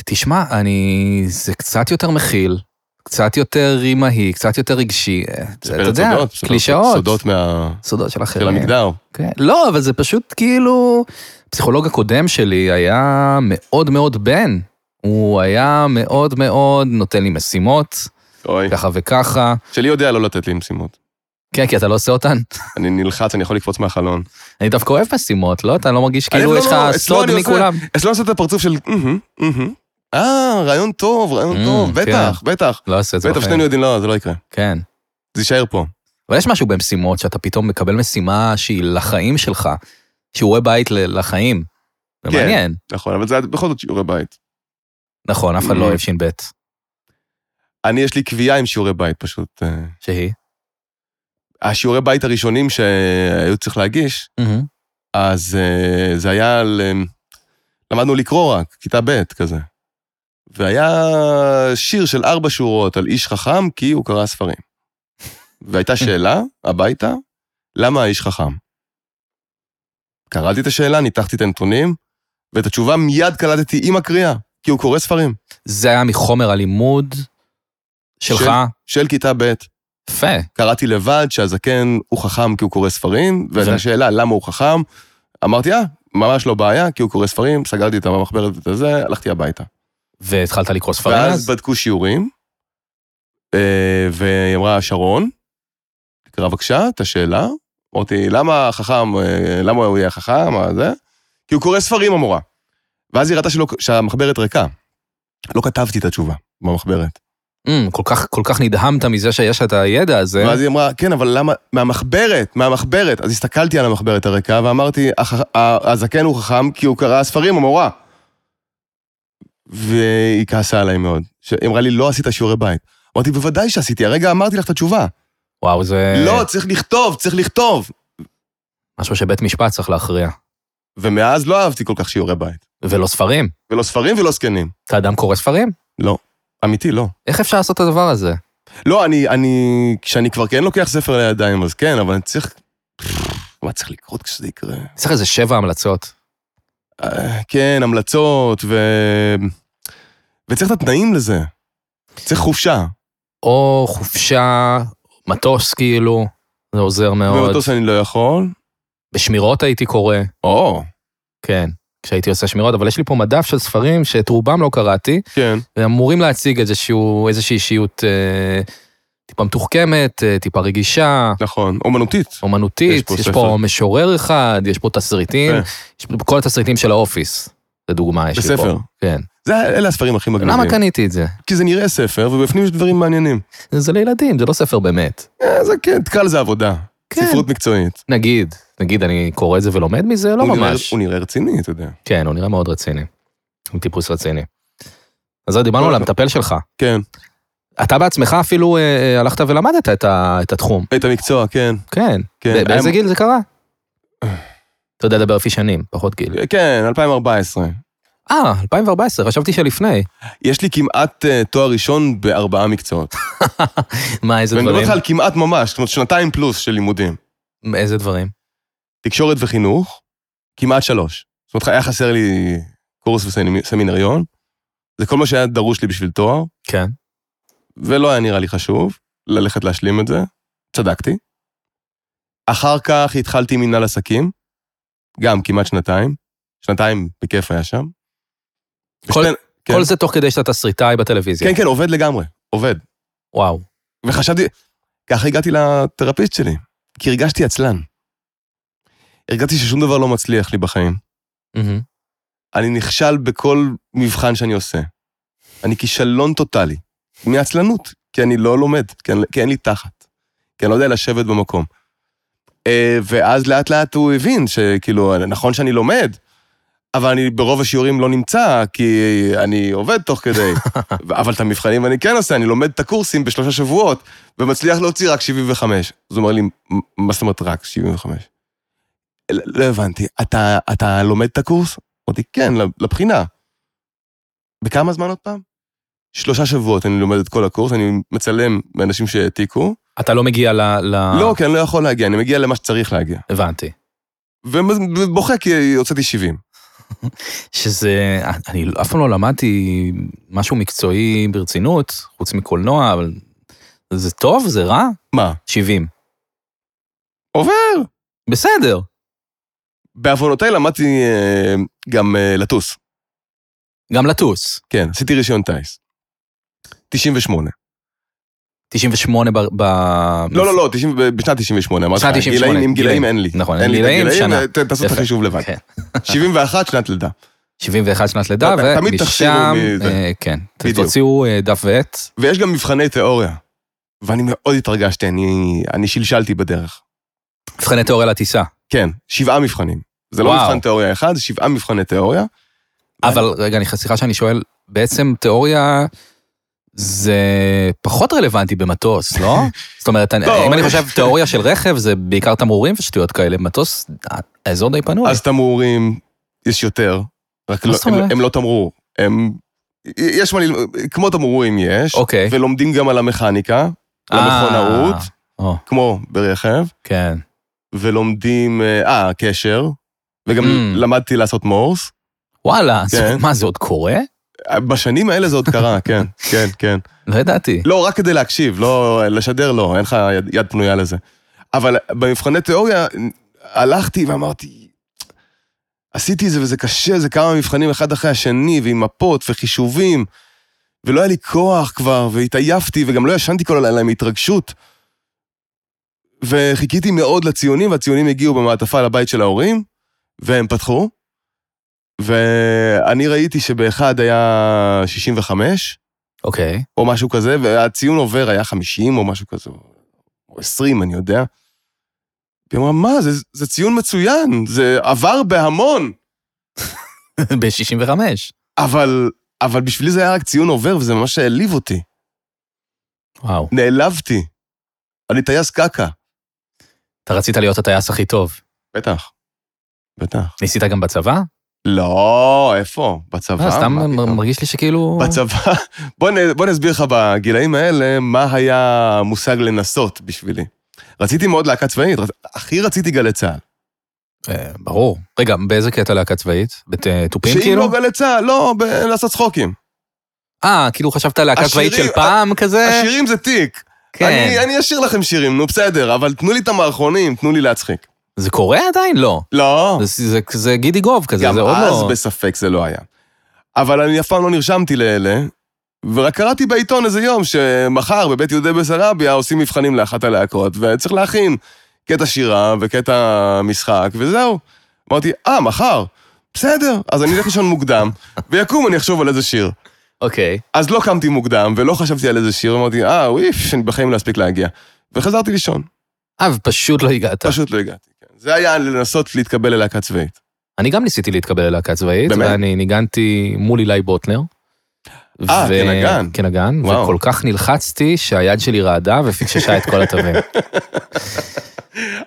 B: תשמע, אני... זה קצת יותר מכיל, קצת יותר אימהי, קצת יותר רגשי. אה, אתה
C: מספרת
B: יודע,
C: סודות, מספרת
B: קלישאות.
C: סודות מה-
B: סודות של
C: של
B: אחרים.
C: המגדר.
B: כן. לא, אבל זה פשוט כאילו... הפסיכולוג הקודם שלי היה מאוד מאוד בן. הוא היה מאוד מאוד נותן לי משימות,
C: אוי.
B: ככה וככה.
C: (laughs) שלי יודע לא לתת לי משימות.
B: כן, כי אתה לא עושה אותן.
C: אני נלחץ, אני יכול לקפוץ מהחלון.
B: אני דווקא אוהב משימות, לא? אתה לא מרגיש
C: אני
B: כאילו
C: לא-
B: יש
C: לא,
B: לך
C: אצלו
B: סוד
C: אני עושה-
B: מכולם?
C: אז לא לעשות את הפרצוף של "אהמ, אהמ". אה, רעיון טוב, רעיון
B: Mm,
C: טוב,
B: כן.
C: בטח, בטח.
B: לא עושה את זה
C: בטח, שנינו
B: בחיים.
C: יודעים, לא, זה לא יקרה.
B: כן.
C: זה יישאר פה.
B: אבל יש משהו במשימות, שאתה פתאום מקבל משימה שהיא לחיים שלך, שיעורי בית ל- לחיים. זה
C: כן.
B: מעניין.
C: נכון, אבל זה בכל זאת שיעורי בית.
B: נכון, אף אחד
C: Mm.
B: לא אוהב ש"ב,
C: אני, יש לי קביעה עם שיעורי בית פשוט. אה,
B: שהיא.
C: השיעורי בית הראשונים שהיו צריך להגיש, אז אה, זה היה על... אה, למדנו לקרוא רק, כיתה ב' כזה. והיה שיר של ארבע שורות על איש חכם כי הוא קרא ספרים. והייתה שאלה הביתה, למה האיש חכם? קראתי את השאלה, ניתחתי את הנתונים, ואת התשובה מיד קלטתי עם הקריאה, כי הוא קורא ספרים.
B: זה היה מחומר הלימוד שלך.
C: של כיתה ב',
B: יפה.
C: קראתי לבד שהזקן הוא חכם כי הוא קורא ספרים, והייתה
B: זה-
C: שאלה למה הוא חכם. אמרתי, אה, ממש לא בעיה, כי הוא קורא ספרים, סגרתי את המחברת ואת הזה, הלכתי הביתה.
B: והתחלת לקרוא ספרים
C: ואז
B: אז?
C: בדקו שיעורים, אה, והיא אמרה, שרון, תקרא בבקשה את השאלה. אמרתי, למה החכם, אה, למה הוא יהיה חכם, מה זה? כי הוא קורא ספרים, המורה. ואז היא ראתה שלא, שהמחברת ריקה. לא כתבתי את התשובה במחברת.
B: אמ, כל כך- כל כך נדהמת מזה שיש את הידע הזה.
C: ואז היא אמרה, כן, אבל למה, מהמחברת, מהמחברת. אז הסתכלתי על המחברת הריקה ואמרתי, "הח- ה- הזקן הוא חכם כי הוא קרא ספרים, המורה. והיא כעסה עליי מאוד. ש- היא אמרה לי, לא עשית שיעורי בית. אמרתי, בוודאי שעשיתי, הרגע אמרתי לך את התשובה.
B: וואו, זה
C: לא, צריך לכתוב, צריך לכתוב.
B: משהו שבית משפט צריך להכריע.
C: ומאז לא אהבתי כל כך שיעורי בית.
B: ולא ספרים.
C: ולא ספרים ולא זקנים.
B: אתה אדם קורא ספרים?
C: לא. אמיתי, לא.
B: איך אפשר לעשות את הדבר הזה?
C: לא, אני, אני, כשאני כבר כן לוקח ספר לידיים, אז כן, אבל אני צריך... מה צריך לקרות כשזה יקרה?
B: צריך איזה שבע המלצות.
C: אה, כן, המלצות, ו... וצריך את התנאים לזה. צריך חופשה.
B: או חופשה, מטוס כאילו, זה עוזר מאוד.
C: במטוס אני לא יכול,
B: בשמירות הייתי קורא,
C: או,
B: כן, כשהייתי עושה שמירות, אבל יש לי פה מדף של ספרים שאת רובם לא קראתי,
C: כן.
B: ואמורים להציג איזשהו, איזושהי אישיות אה, טיפה מתוחכמת, אה, טיפה רגישה,
C: נכון, אומנותית.
B: אומנותית,
C: יש
B: יש
C: פה
B: פה, יש
C: ספר.
B: פה משורר אחד, יש פה תסריטים,
C: כן.
B: יש פה כל התסריטים של האופיס, לדוגמה, יש לי פה.
C: בספר.
B: כן.
C: זה, אלה הספרים הכי מגניבים.
B: למה כן? קניתי את זה?
C: כי זה נראה ספר, ובפנים יש דברים מעניינים.
B: זה לילדים, זה לא ספר באמת.
C: אה, זה כן, תקרא לזה עבודה.
B: כן.
C: ספרות מקצועית.
B: נגיד, נגיד אני קורא את זה ולומד מזה, לא
C: הוא נראה-
B: ממש.
C: הוא נראה רציני, אתה יודע.
B: כן, הוא נראה מאוד רציני. הוא טיפוס רציני. אז זהו, דיברנו
C: לא,
B: על
C: לא.
B: המטפל שלך.
C: כן.
B: אתה בעצמך אפילו אה, אה, הלכת ולמדת את ה- את התחום.
C: את המקצוע, כן.
B: כן.
C: כן.
B: ב- באיזה
C: היה-
B: גיל זה קרה? אתה יודע לדבר לפי שנים, פחות גיל.
C: כן, 2014.
B: אה, 2014, חשבתי שלפני.
C: יש לי כמעט אה, תואר ראשון בארבעה מקצועות.
B: מה, איזה
C: ואני מדבר
B: דברים?
C: איתך על כמעט ממש, זאת אומרת שנתיים פלוס של לימודים.
B: איזה דברים?
C: תקשורת וחינוך, כמעט שלוש. זאת אומרת, היה חסר לי קורס וסמינריון, זה כל מה שהיה דרוש לי בשביל תואר,
B: כן.
C: ולא היה נראה לי חשוב ללכת להשלים את זה, צדקתי. אחר כך התחלתי מנהל עסקים, גם כמעט שנתיים, שנתיים בכיף היה שם.
B: כל-
C: ושתיהן- כן.
B: כל זה תוך כדי שאתה תסריטאי בטלוויזיה.
C: כן, כן, עובד לגמרי, עובד.
B: וואו.
C: וחשבתי, ככה הגעתי לתרפיסט שלי, כי הרגשתי עצלן. הרגשתי ששום דבר לא מצליח לי בחיים.
B: מהמם.
C: אני נכשל בכל מבחן שאני עושה. אני כישלון טוטאלי. מעצלנות, כי אני לא לומד, כי, אני, כי אין לי תחת. כי אני לא יודע לשבת במקום. אה, ואז לאט לאט הוא הבין שכאילו, נכון שאני לומד, אבל אני ברוב השיעורים לא נמצא, כי אני עובד תוך כדי. ו- אבל את המבחנים אני כן עושה, אני לומד את הקורסים בשלושה שבועות, ומצליח להוציא רק 75. אז הוא אומר לי, "מ- מה זאת אומרת רק 75? "לא- לא הבנתי, אתה, אתה לומד את הקורס? אמרתי, כן, לבחינה. בכמה זמן עוד פעם? שלושה שבועות אני לומד את כל הקורס, אני מצלם מאנשים שהעתיקו.
B: אתה לא מגיע ל... ל-
C: לא, כי אני לא יכול להגיע, אני מגיע למה שצריך להגיע.
B: הבנתי.
C: ומ- ובוכה כי הוצאתי 70.
B: שזה, אני אף פעם לא למדתי משהו מקצועי ברצינות, חוץ מקולנוע, אבל זה טוב, זה רע?
C: מה?
B: 70.
C: עובר.
B: בסדר.
C: בעוונותיי למדתי אה, גם אה, לטוס.
B: גם לטוס.
C: כן, עשיתי רישיון טיס. 98.
B: 98 ב... ב...
C: לא, לא, לא, 90 בשנת 98, אמרתי לך,
B: בשנת 98,
C: גילאים- עם גילאים אין לי.
B: נכון,
C: אין לי את
B: גילאים,
C: הגילאים, אה,
B: שנה.
C: ת- תעשו את
B: יפה.
C: החישוב לבד.
B: כן. (laughs)
C: 71 שנת לידה.
B: 71 שנת לידה,
C: אתה- אתה לא, תמיד תחשיבו
B: ומשם,
C: מזה.
B: אה, כן, ת-
C: בדיוק.
B: תוציאו אה, דף ועט.
C: ויש גם מבחני תיאוריה. ואני מאוד התרגשתי, אני, אני שלשלתי בדרך.
B: מבחני תיאוריה לטיסה.
C: כן, שבעה מבחנים. זה לא
B: וואו.
C: מבחן תיאוריה אחד, זה שבעה מבחני תיאוריה.
B: אבל רגע, אני- סליחה שאני שואל, בעצם תיאוריה זה פחות רלוונטי במטוס,
C: (laughs)
B: לא? זאת אומרת, אני-
C: לא.
B: אם אני חושב תיאוריה של רכב, זה בעיקר תמרורים ושטויות כאלה, מטוס, האזור די פנוי.
C: אז תמרורים, יש יותר, רק
B: מה
C: לא,
B: זאת
C: הם,
B: אומרת?
C: הם לא תמרור. הם, יש מה ללמוד, כמו תמרורים יש,
B: אוקיי.
C: ולומדים גם על המכניקה, על
B: אה,
C: המכונאות,
B: או,
C: כמו ברכב,
B: כן.
C: ולומדים, אה, אה, קשר, וגם
B: Mm.
C: למדתי לעשות מורס.
B: וואלה, אז
C: כן.
B: מה, זה עוד קורה?
C: בשנים האלה זה עוד קרה, (laughs) כן, כן, כן.
B: לא ידעתי.
C: לא, רק כדי להקשיב, לא, לשדר לא, אין לך יד, יד פנויה לזה. אבל במבחני תיאוריה הלכתי ואמרתי, עשיתי זה וזה קשה, זה כמה מבחנים אחד אחרי השני, ועם מפות וחישובים, ולא היה לי כוח כבר, והתעייפתי, וגם לא ישנתי כל הלילה עם התרגשות. וחיכיתי מאוד לציונים, והציונים הגיעו במעטפה לבית של ההורים, והם פתחו. ואני ראיתי שבאחד היה 65, (laughs)
B: אוקיי.
C: או משהו כזה, והציון עובר היה 50 או משהו כזה, או 20, אני יודע. היא אמרה, מה, זה, זה ציון מצוין, זה עבר בהמון,
B: ב-65.
C: אבל, אבל בשבילי זה היה רק ציון עובר, וזה ממש העליב אותי.
B: וואו.
C: נעלבתי. אני טייס קקה.
B: אתה רצית להיות הטייס הכי טוב.
C: בטח. בטח.
B: ניסית גם בצבא?
C: לא, איפה? בצבא?
B: לא, סתם
C: מה פתאום?
B: מ- מרגיש לי שכאילו...
C: בצבא, (laughs) בוא, נ, בוא נסביר לך בגילאים האלה מה היה המושג לנסות בשבילי. רציתי מאוד להקה צבאית, רצ... הכי רציתי גלי צה"ל.
B: אה, ברור. רגע, באיזה קטע להקה צבאית? בתופים
C: שאם
B: כאילו?
C: לא גלי צה"ל, לא, ב- לעשות צחוקים.
B: אה, כאילו חשבת על להקה
C: השירים-
B: צבאית של פעם כזה?
C: השירים זה תיק.
B: אה. כן.
C: אני, אני אשיר לכם שירים, נו בסדר, אבל תנו לי את המערכונים, תנו לי להצחיק.
B: זה קורה עדיין? לא.
C: לא,
B: זה- זה- זה גידי גוב כזה,
C: גם
B: זה עוד
C: אז
B: לא...
C: בספק זה לא היה. אבל אני אף פעם לא נרשמתי לאלה, ורק קראתי בעיתון איזה יום שמחר בבית יהודי בסרביה עושים מבחנים לאחת הלהקות, וצריך להכין קטע שירה וקטע משחק, וזהו. אמרתי, אה, מחר. בסדר, אז אני אלך לישון
B: (laughs)
C: מוקדם, ויקום אני אחשוב על איזה שיר.
B: אוקיי.
C: אז לא קמתי מוקדם ולא חשבתי על איזה שיר, אמרתי, אה, אויף, אני בחיים לא אספיק להגיע. וחזרתי לישון,
B: אה, ופשוט לא הגעת.
C: פשוט לא הגעתי. כן. זה היה לנסות להתקבל ללהקה צבאית.
B: אני גם ניסיתי להתקבל ללהקה צבאית,
C: באמת?
B: ואני ניגנתי מול אילי בוטנר.
C: אה, כנגן.
B: כנגן,
C: וואו.
B: וכל כך נלחצתי שהיד שלי רעדה ופקששה את כל
C: (laughs)
B: התווים.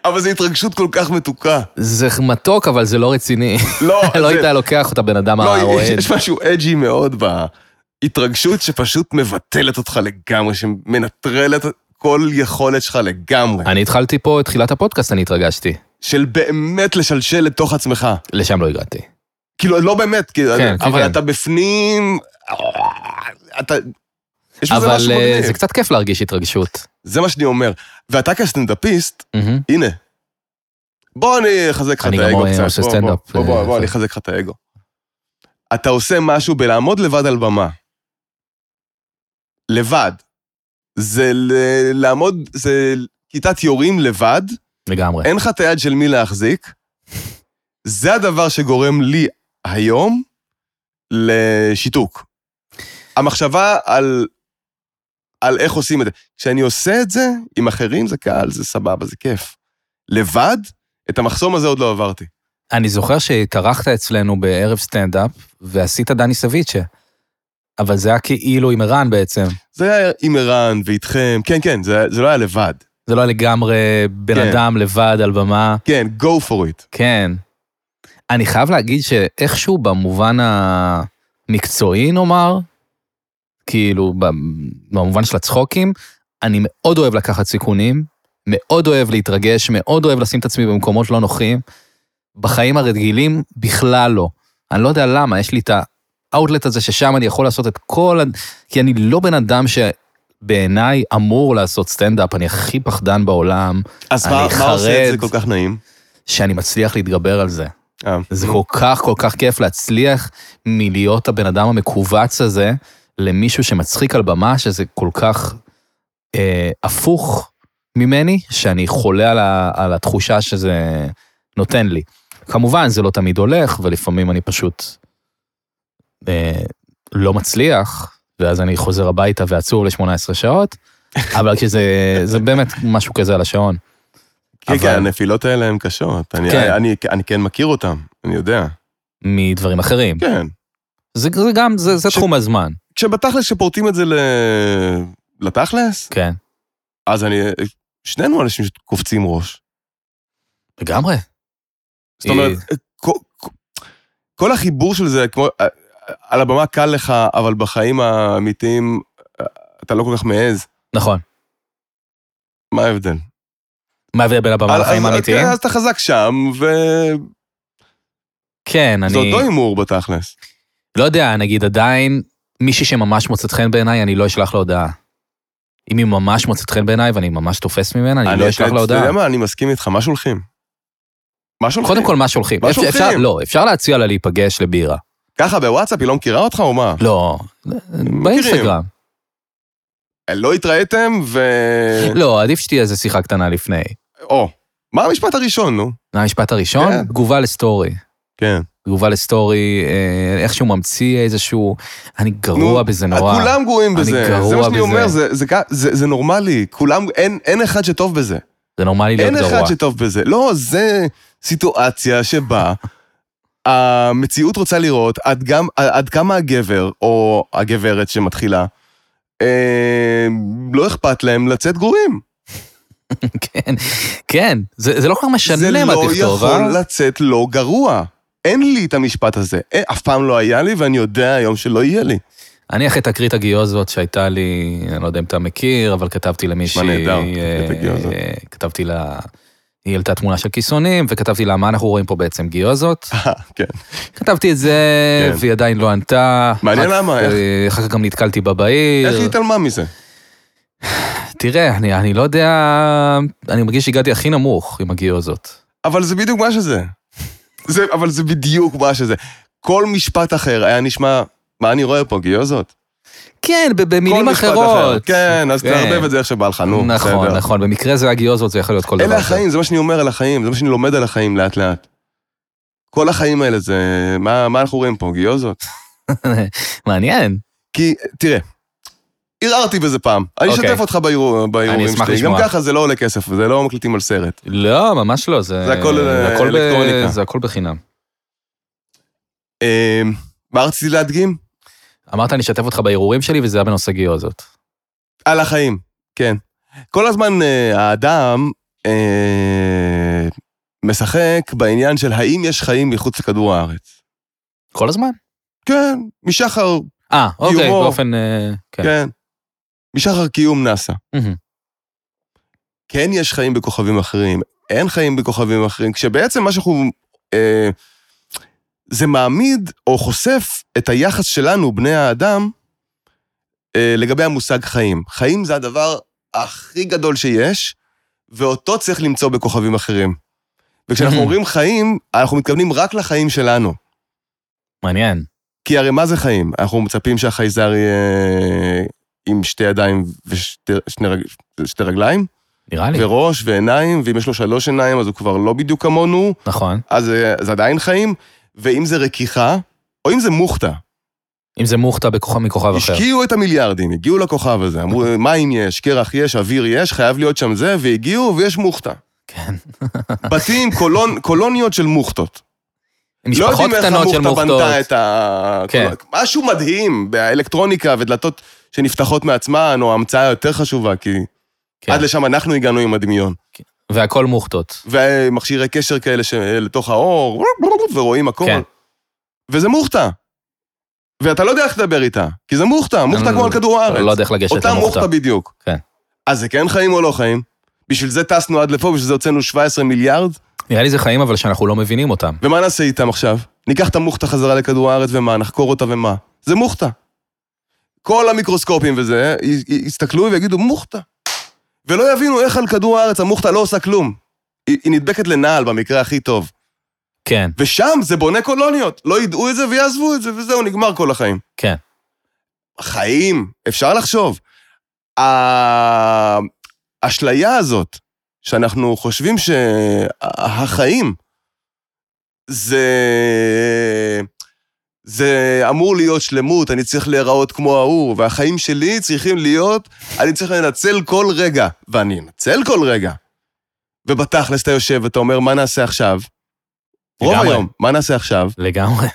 C: אבל זו התרגשות כל
B: (laughs)
C: כך מתוקה.
B: זה מתוק, אבל זה לא רציני.
C: לא,
B: לא
C: זה-
B: היית לוקח אותה בן אדם
C: לא, יש-
B: האוהד.
C: יש משהו אג'י מאוד בהתרגשות שפשוט מבטלת אותך לגמרי, שמנטרלת כל יכולת שלך לגמרי.
B: אני התחלתי פה את תחילת הפודקאסט, אני התרגשתי.
C: של באמת לשלשל לתוך עצמך.
B: לשם לא הגעתי.
C: כאילו, לא באמת, כאילו,
B: כן, כן,
C: אבל
B: כן.
C: אתה בפנים... אתה... יש בזה
B: אבל
C: משהו
B: אה,
C: מגניב.
B: זה קצת כיף להרגיש התרגשות.
C: זה מה שאני אומר. ואתה כסטנדאפיסט,
B: מהמם.
C: הנה. בוא אני אחזק לך את
B: אני גם
C: האגו
B: אה,
C: קצת.
B: עושה
C: בוא,
B: סטנדאפ,
C: בוא, בוא,
B: אה,
C: בוא, בוא,
B: יפה.
C: אני אחזק לך את האגו. אתה עושה משהו בלעמוד לבד על במה. לבד. זה ל- לעמוד, זה כיתת יורים לבד,
B: לגמרי.
C: אין לך את היד של מי להחזיק. זה הדבר שגורם לי היום לשיתוק. המחשבה על, על איך עושים את זה. כשאני עושה את זה, עם אחרים זה קל, זה סבבה, זה כיף. לבד, את המחסום הזה עוד לא עברתי.
B: אני זוכר שהתארחת אצלנו בערב סטנדאפ, ועשית דני סביצ'ה. אבל זה היה כאילו עם ערן בעצם.
C: זה היה עם ערן ואיתכם, כן, כן, זה, זה לא היה לבד.
B: זה לא היה לגמרי בן
C: כן.
B: אדם לבד על במה.
C: כן, go for it.
B: כן. אני חייב להגיד שאיכשהו במובן המקצועי נאמר, כאילו ב- במובן של הצחוקים, אני מאוד אוהב לקחת סיכונים, מאוד אוהב להתרגש, מאוד אוהב לשים את עצמי במקומות לא נוחים. בחיים הרגילים בכלל לא. אני לא יודע למה, יש לי את האאוטלט הזה ששם אני יכול לעשות את כל... ה- כי אני לא בן אדם שבעיניי אמור לעשות סטנדאפ, אני הכי פחדן בעולם.
C: אז
B: אני
C: מה, מה עושה את זה
B: חרד.
C: כל כך נעים?
B: שאני מצליח להתגבר על זה.
C: אה.
B: זה כל כך כל כך כיף להצליח מלהיות הבן אדם המכווץ הזה למישהו שמצחיק על במה, שזה כל כך אה, הפוך ממני, שאני חולה על, ה, על התחושה שזה נותן לי. כמובן, זה לא תמיד הולך, ולפעמים אני פשוט אה, לא מצליח, ואז אני חוזר הביתה ועצוב ל-18 שעות, אבל כשזה זה באמת משהו כזה על השעון.
C: כן,
B: אבל-
C: כן, הנפילות האלה הן קשות. אני,
B: כן.
C: אני, אני כן מכיר אותן, אני יודע.
B: מדברים אחרים.
C: כן.
B: זה, זה גם, זה, זה
C: ש-
B: תחום הזמן.
C: כשבתכלס, כשפורטים את זה ל... לתכלס,
B: כן.
C: אז אני... שנינו אנשים שקופצים ראש.
B: לגמרי.
C: זאת אומרת,
B: אה.
C: כל, כל החיבור של זה, כמו... אה, על הבמה קל לך, אבל בחיים האמיתיים אתה לא כל כך מעז.
B: נכון.
C: מה ההבדל?
B: מה ההבדל בין הבמה
C: אז-
B: לחיים
C: אז-
B: האמיתיים?
C: כן, אז אתה חזק שם, וזה
B: כן, אני
C: אותו הימור בתכלס.
B: לא יודע, נגיד עדיין, מישהי שממש מוצאת חן בעיניי, אני לא אשלח לה הודעה. אם היא ממש מוצאת חן בעיניי ואני ממש תופס ממנה, אני לא אשלח לה
C: אתה יודע
B: הודעה.
C: מה, אני מסכים איתך, מה שולחים? מה שולחים?
B: קודם כל, מה שולחים?
C: מה
B: אפ-
C: שולחים?
B: אפשר- לא, אפשר להציע לה להיפגש לבירה.
C: ככה בוואטסאפ היא לא מכירה אותך או מה?
B: לא, באינסטגרם.
C: לא התראיתם ו... אה.
B: לא, עדיף שתהיה איזה שיחה קטנה לפני.
C: או, מה המשפט הראשון, נו?
B: המשפט הראשון,
C: כן.
B: תגובה לסטורי.
C: כן.
B: תגובה לסטורי, אה, איכשהו ממציא איזשהו... אני גרוע בזה נורא.
C: אה, כולם גרועים
B: אני
C: בזה,
B: גרוע
C: זה מה שאני
B: בזה.
C: אומר, זה- זה כ- זה זה נורמלי, כולם, אין- אין אחד שטוב בזה.
B: זה נורמלי להיות
C: אין
B: גרוע.
C: אחד שטוב בזה. לא, זה סיטואציה שבה המציאות רוצה לראות עד גם- עד כמה הגבר, או הגברת שמתחילה, אה, לא אכפת להם לצאת גרועים.
B: (laughs) כן, כן, זה, זה לא כל כך
C: זה
B: משנה מה
C: לא
B: תכתוב, אה?
C: יכול לצאת לא גרוע. אין לי את המשפט הזה. אה, אף פעם לא היה לי, ואני יודע היום שלא יהיה לי. (laughs)
B: אני אחרי תקרית הגיוזות שהייתה לי, אני לא יודע אם אתה מכיר, אבל כתבתי
C: נשמע
B: למישהי,
C: נהדר,
B: אה,
C: תקרית הגיוזות.
B: אה, כתבתי לה, היא העלתה תמונה של כיסונים, וכתבתי לה, מה אנחנו רואים פה בעצם, גיוזות?
C: כן.
B: כתבתי את זה,
C: כן.
B: והיא עדיין לא ענתה.
C: מעניין
B: אחר-
C: למה, איך-
B: אה, אחר כך גם נתקלתי בה בעיר.
C: איך היא התעלמה מזה?
B: תראה, אני, אני לא יודע, אני מרגיש שהגעתי הכי נמוך עם הגיוזות.
C: אבל זה בדיוק מה שזה. זה, אבל זה בדיוק מה שזה. כל משפט אחר היה נשמע, מה אני רואה פה, גיוזות?
B: כן, ב- במילים
C: כל משפט אחר.
B: אחרות.
C: כן, אז
B: כן.
C: תערבב את זה איך שבא לך, נו.
B: נכון,
C: בסדר.
B: נכון, במקרה זה היה גיוזות, זה יכול להיות כל דבר.
C: אלה
B: אחר.
C: החיים, זה מה שאני אומר על החיים, זה מה שאני לומד על החיים לאט-לאט. כל החיים האלה זה, מה מה אנחנו רואים פה, גיוזות?
B: (laughs) מעניין.
C: כי, תראה, ערערתי בזה פעם. אני
B: אוקיי.
C: אשתף אותך בערעור- בערעורים
B: אשמח
C: שלי. גם
B: לשמוע.
C: ככה זה לא עולה כסף, זה לא מקליטים על סרט.
B: לא, ממש לא, זה...
C: זה הכל, אה,
B: הכל ב-
C: אלקטרוניקה.
B: זה הכל בחינם.
C: אה, מה רציתי להדגים?
B: אמרת אני אשתף אותך בערעורים שלי, וזה היה בנושא גיוזות.
C: על החיים, כן. כל הזמן אה, האדם אה, משחק בעניין של האם יש חיים מחוץ לכדור הארץ.
B: כל הזמן?
C: כן, משחר,
B: אה, אוקיי,
C: קיומו.
B: באופן... אה, כן.
C: כן. משחר קיום נאסא.
B: מהמם.
C: כן יש חיים בכוכבים אחרים, אין חיים בכוכבים אחרים, כשבעצם מה שאנחנו... אה, זה מעמיד או חושף את היחס שלנו, בני האדם, אה, לגבי המושג חיים. חיים זה הדבר הכי גדול שיש, ואותו צריך למצוא בכוכבים אחרים. וכשאנחנו
B: Mhm.
C: אומרים חיים, אנחנו מתכוונים רק לחיים שלנו.
B: מעניין.
C: כי הרי מה זה חיים? אנחנו מצפים שהחייזר יהיה עם שתי ידיים ושתי שני רג, שתי רגליים?
B: נראה לי.
C: וראש ועיניים, ואם יש לו שלוש עיניים אז הוא כבר לא בדיוק כמונו,
B: נכון.
C: אז אה, זה עדיין חיים, ואם זה רכיכה, או אם זה מוכתה.
B: אם זה מוכתה בכוכב מכוכב אחר. נכון.
C: השקיעו את המיליארדים, הגיעו לכוכב הזה, אמרו מים יש, קרח יש, אוויר יש, חייב להיות שם זה, והגיעו ויש מוכתה.
B: כן. (laughs)
C: בתים, קולון, קולוניות של מוכתות. לא
B: משפחות
C: יודעים איך
B: קטנות של
C: המוכתה
B: מוכתות.
C: בנתה את ה...
B: כן.
C: משהו מדהים באלקטרוניקה ודלתות שנפתחות מעצמן, או המצאה יותר חשובה, כי
B: כן.
C: עד לשם אנחנו הגענו עם הדמיון.
B: והכל מוכתות.
C: ומכשירי קשר כאלה ש- לתוך האור, ורואים הכל.
B: כן.
C: כן. וזה מוכתה. ואתה לא יודע איך לדבר איתה, כי זה מוכתה, מוכתה
B: אני
C: כמו על כדור הארץ.
B: לא יודע איך לגשת
C: אותה
B: למוכתה.
C: מוכתה בדיוק.
B: כן.
C: אז זה כן חיים או לא חיים? בשביל זה טסנו עד לפה, בשביל זה הוצאנו 17 מיליארד,
B: נראה לי זה חיים אבל שאנחנו לא מבינים אותם.
C: ומה נעשה איתם עכשיו? ניקח את המוכתה חזרה לכדור הארץ, ומה? נחקור אותה ומה? זה מוכתה. כל המיקרוסקופים וזה, י- י- יסתכלו ויגידו, מוכתה. ולא יבינו איך על כדור הארץ המוכתה לא עושה כלום. היא היא נדבקת לנעל במקרה הכי טוב.
B: כן,
C: ושם זה בונה קולוניות. לא ידעו את זה ויעזבו את זה, וזהו, נגמר כל החיים.
B: כן.
C: חיים, אפשר לחשוב. ה- האשליה הזאת, שאנחנו חושבים שהחיים, זה... זה אמור להיות שלמות, אני צריך להיראות כמו ההוא, והחיים שלי צריכים להיות, אני צריך לנצל כל רגע, ואני אנצל כל רגע. ובתכלס אתה יושב ואתה אומר, מה נעשה עכשיו? רוב
B: לגמרי.
C: היום, מה נעשה עכשיו?
B: לגמרי.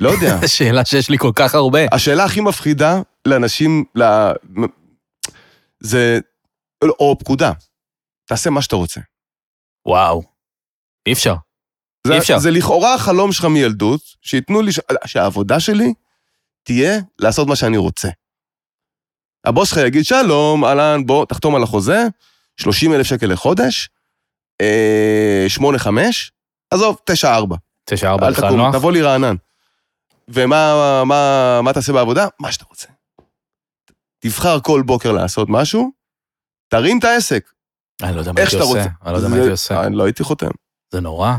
C: לא יודע.
B: זו (laughs) שאלה שיש לי כל כך הרבה.
C: השאלה הכי מפחידה לאנשים, ל... זה... או פקודה. תעשה מה שאתה רוצה.
B: וואו. אי אפשר.
C: זה,
B: אי אפשר.
C: זה לכאורה החלום שלך מילדות, שייתנו לי, ש... שהעבודה שלי תהיה לעשות מה שאני רוצה. הבוס שלך יגיד, שלום, אהלן, בוא, תחתום על החוזה, 30 אלף שקל לחודש, אה, 8-5, עזוב, 9-4.
B: תשע ארבע,
C: אל
B: לך
C: תקום,
B: נוח.
C: תבוא לי רענן. ומה מה, מה תעשה בעבודה? מה שאתה רוצה. תבחר כל בוקר לעשות משהו, תרים את העסק.
B: אני לא יודע מה
C: איך
B: הייתי
C: שאתה
B: עושה.
C: רוצה.
B: אני לא יודע מה
C: זה-
B: הייתי עושה.
C: אני לא הייתי חותם.
B: זה נורא.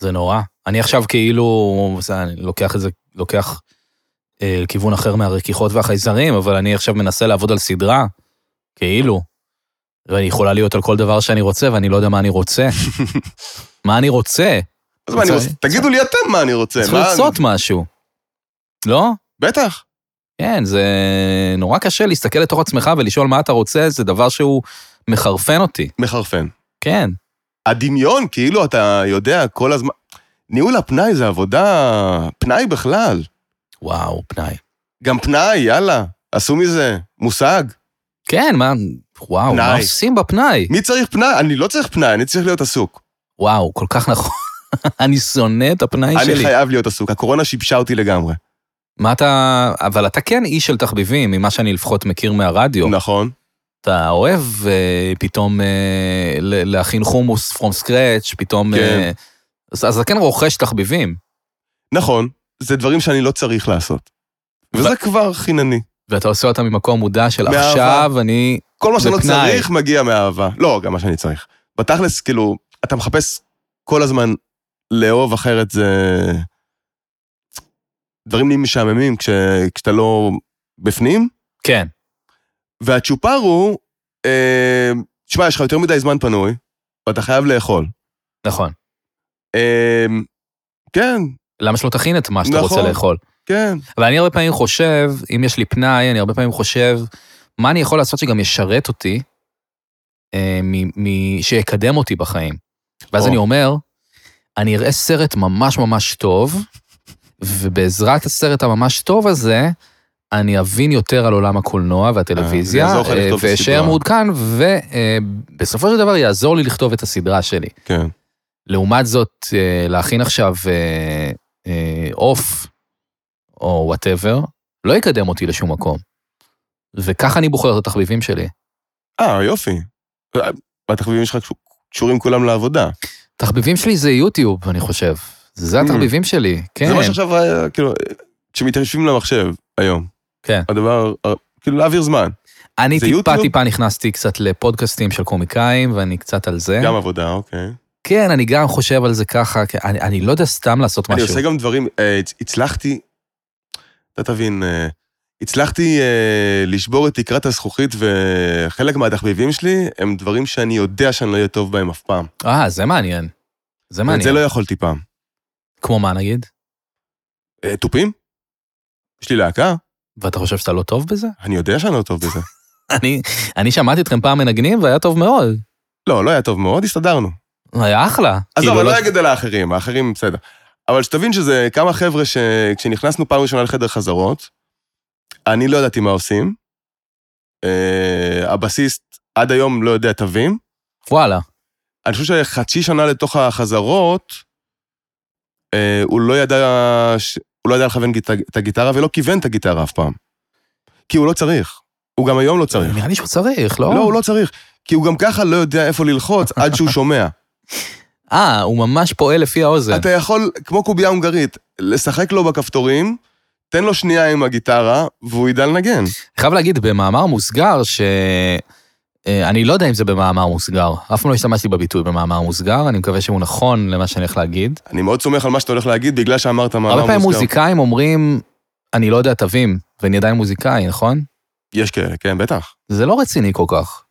B: זה נורא. אני עכשיו כאילו, זה- אני לוקח את זה, לוקח אה, לכיוון אחר מהרכיחות והחייזרים, אבל אני עכשיו מנסה לעבוד על סדרה, כאילו, ואני יכולה להיות על כל דבר שאני רוצה, ואני לא יודע מה אני
C: (laughs)
B: רוצה. מה אני רוצה?
C: אז מה אני
B: צריך-
C: רוצה? תגידו לי אתם מה אני רוצה.
B: צריך
C: מה-
B: לעשות משהו. לא?
C: בטח.
B: כן, זה נורא קשה להסתכל לתוך עצמך ולשאול מה אתה רוצה, זה דבר שהוא מחרפן אותי.
C: מחרפן.
B: כן,
C: הדמיון, כאילו אתה יודע כל הזמן... ניהול הפנאי זה עבודה... פנאי בכלל.
B: וואו, פנאי.
C: גם פנאי, יאללה. עשו מזה מושג.
B: כן, מה, וואו, מה
C: פנאי.
B: עושים בפנאי?
C: מי צריך פנאי? אני לא צריך פנאי, אני צריך להיות עסוק.
B: וואו, כל כך נכון. (laughs) אני שונא את הפנאי
C: אני
B: שלי.
C: חייב להיות עסוק. הקורונה שיבשה אותי לגמרי.
B: מה אתה... אבל אתה כן איש של תחביבים, ממה שאני לפחות מכיר מהרדיו.
C: נכון.
B: אתה אוהב אה, פתאום אה, ל- להכין חומוס פרום סקרץ', פתאום...
C: כן.
B: אה, אז אז אתה כן רוכש תחביבים,
C: נכון, זה דברים שאני לא צריך לעשות. וזה
B: ו-
C: כבר חינני.
B: ואתה עושה אותם ממקום מודע של
C: מאהבה.
B: עכשיו אני...
C: כל מה שלא
B: ופנאי.
C: לא, צריך מגיע מאהבה. לא, גם מה שאני צריך. בתכלס, כאילו, אתה מחפש כל הזמן לאהוב, אחרת זה... דברים נהיים משעממים כש... כשאתה לא בפנים.
B: כן.
C: והצ'ופר הוא, אה, תשמע, יש לך יותר מדי זמן פנוי, ואתה חייב לאכול.
B: נכון.
C: אה, כן,
B: למה שלא תכין את מה שאתה
C: נכון.
B: רוצה לאכול?
C: כן.
B: אבל אני הרבה פעמים חושב, אם יש לי פנאי, אני הרבה פעמים חושב, מה אני יכול לעשות שגם ישרת אותי, אה, מ- מ- שיקדם אותי בחיים. ואז
C: או.
B: אני אומר, אני אראה סרט ממש ממש טוב, ובעזרת הסרט הממש טוב הזה, אני אבין יותר על עולם הקולנוע
C: אה, זה
B: והטלוויזיה,
C: יעזור לך
B: אה,
C: לכתוב את
B: ואשאר
C: הסדרה.
B: מעודכן, ובסופו של דבר יעזור לי לכתוב את הסדרה שלי.
C: כן.
B: לעומת זאת, אה, להכין עכשיו אה, אה, עוף או וואטאבר, לא יקדם אותי לשום מקום. וככה אני בוחר את התחביבים שלי.
C: אה, יופי. התחביבים שלך קשור- קשורים כולם לעבודה.
B: התחביבים שלי זה יוטיוב, אני חושב. זה התחביבים שלי, כן.
C: Mm. זה מה שעכשיו, אה, כאילו, אה, כשמתיישבים למחשב היום.
B: כן.
C: הדבר, אה, כאילו, להעביר זמן.
B: אני
C: זה
B: טיפה
C: יוטיוב?
B: טיפה נכנסתי קצת לפודקאסטים של קומיקאים, ואני קצת על זה.
C: גם עבודה, אוקיי.
B: כן, אני גם חושב על זה ככה, כי אני אני לא יודע סתם לעשות
C: אני
B: משהו.
C: עושה גם דברים, אה, הצ- הצלחתי, אתה תבין, אה, הצלחתי אה, לשבור את תקרת הזכוכית, וחלק מהתחביבים שלי הם דברים שאני יודע שאני לא אהיה טוב בהם אף פעם.
B: אה, זה מעניין. זה
C: את זה
B: מעניין.
C: לא יכולתי פעם.
B: כמו מה נגיד?
C: אה, תופים? יש לי להקה?
B: ואתה חושב שאתה לא טוב בזה?
C: אני יודע שאני לא טוב
B: (laughs)
C: בזה.
B: אני- אני שמעתי אתכם פעם מנגנים והיה טוב מאוד.
C: לא, לא היה טוב מאוד, הסתדרנו.
B: היה אחלה.
C: עזוב,
B: כאילו,
C: אני לא אגיד על האחרים, האחרים בסדר. אבל שתבין שזה כמה חבר'ה שכשנכנסנו פעם ראשונה לחדר חזרות, אני לא ידעתי מה עושים. אה, הבסיסט עד היום לא יודע תווים.
B: וואלה.
C: אני חושב שחצי שנה לתוך החזרות, אה, הוא לא ידע, ש- הוא לא ידע לכוון גיט- את הגיטרה ולא כיוון את הגיטרה אף פעם. כי הוא לא צריך. הוא גם היום לא צריך.
B: נראה לי שהוא צריך, לא?
C: לא, הוא לא צריך. כי הוא גם ככה לא יודע איפה ללחוץ עד שהוא שומע.
B: אה, הוא ממש פועל לפי האוזן.
C: אתה יכול, כמו קובייה הונגרית, לשחק לו בכפתורים, תן לו שנייה עם הגיטרה, והוא ידע לנגן.
B: אני חייב להגיד, במאמר מוסגר, ש... אה, אני לא יודע אם זה במאמר מוסגר. אף פעם לא השתמשתי בביטוי במאמר מוסגר, אני מקווה שהוא נכון למה שאני הולך להגיד.
C: אני מאוד סומך על מה שאתה הולך להגיד, בגלל שאמרת מאמר מוסגר.
B: הרבה פעמים מוזיקאים אומרים, אני לא יודע תווים, ואני עדיין מוזיקאי, נכון?
C: יש כאלה, כן, בטח.
B: זה לא רציני כל
C: (laughs)
B: כך,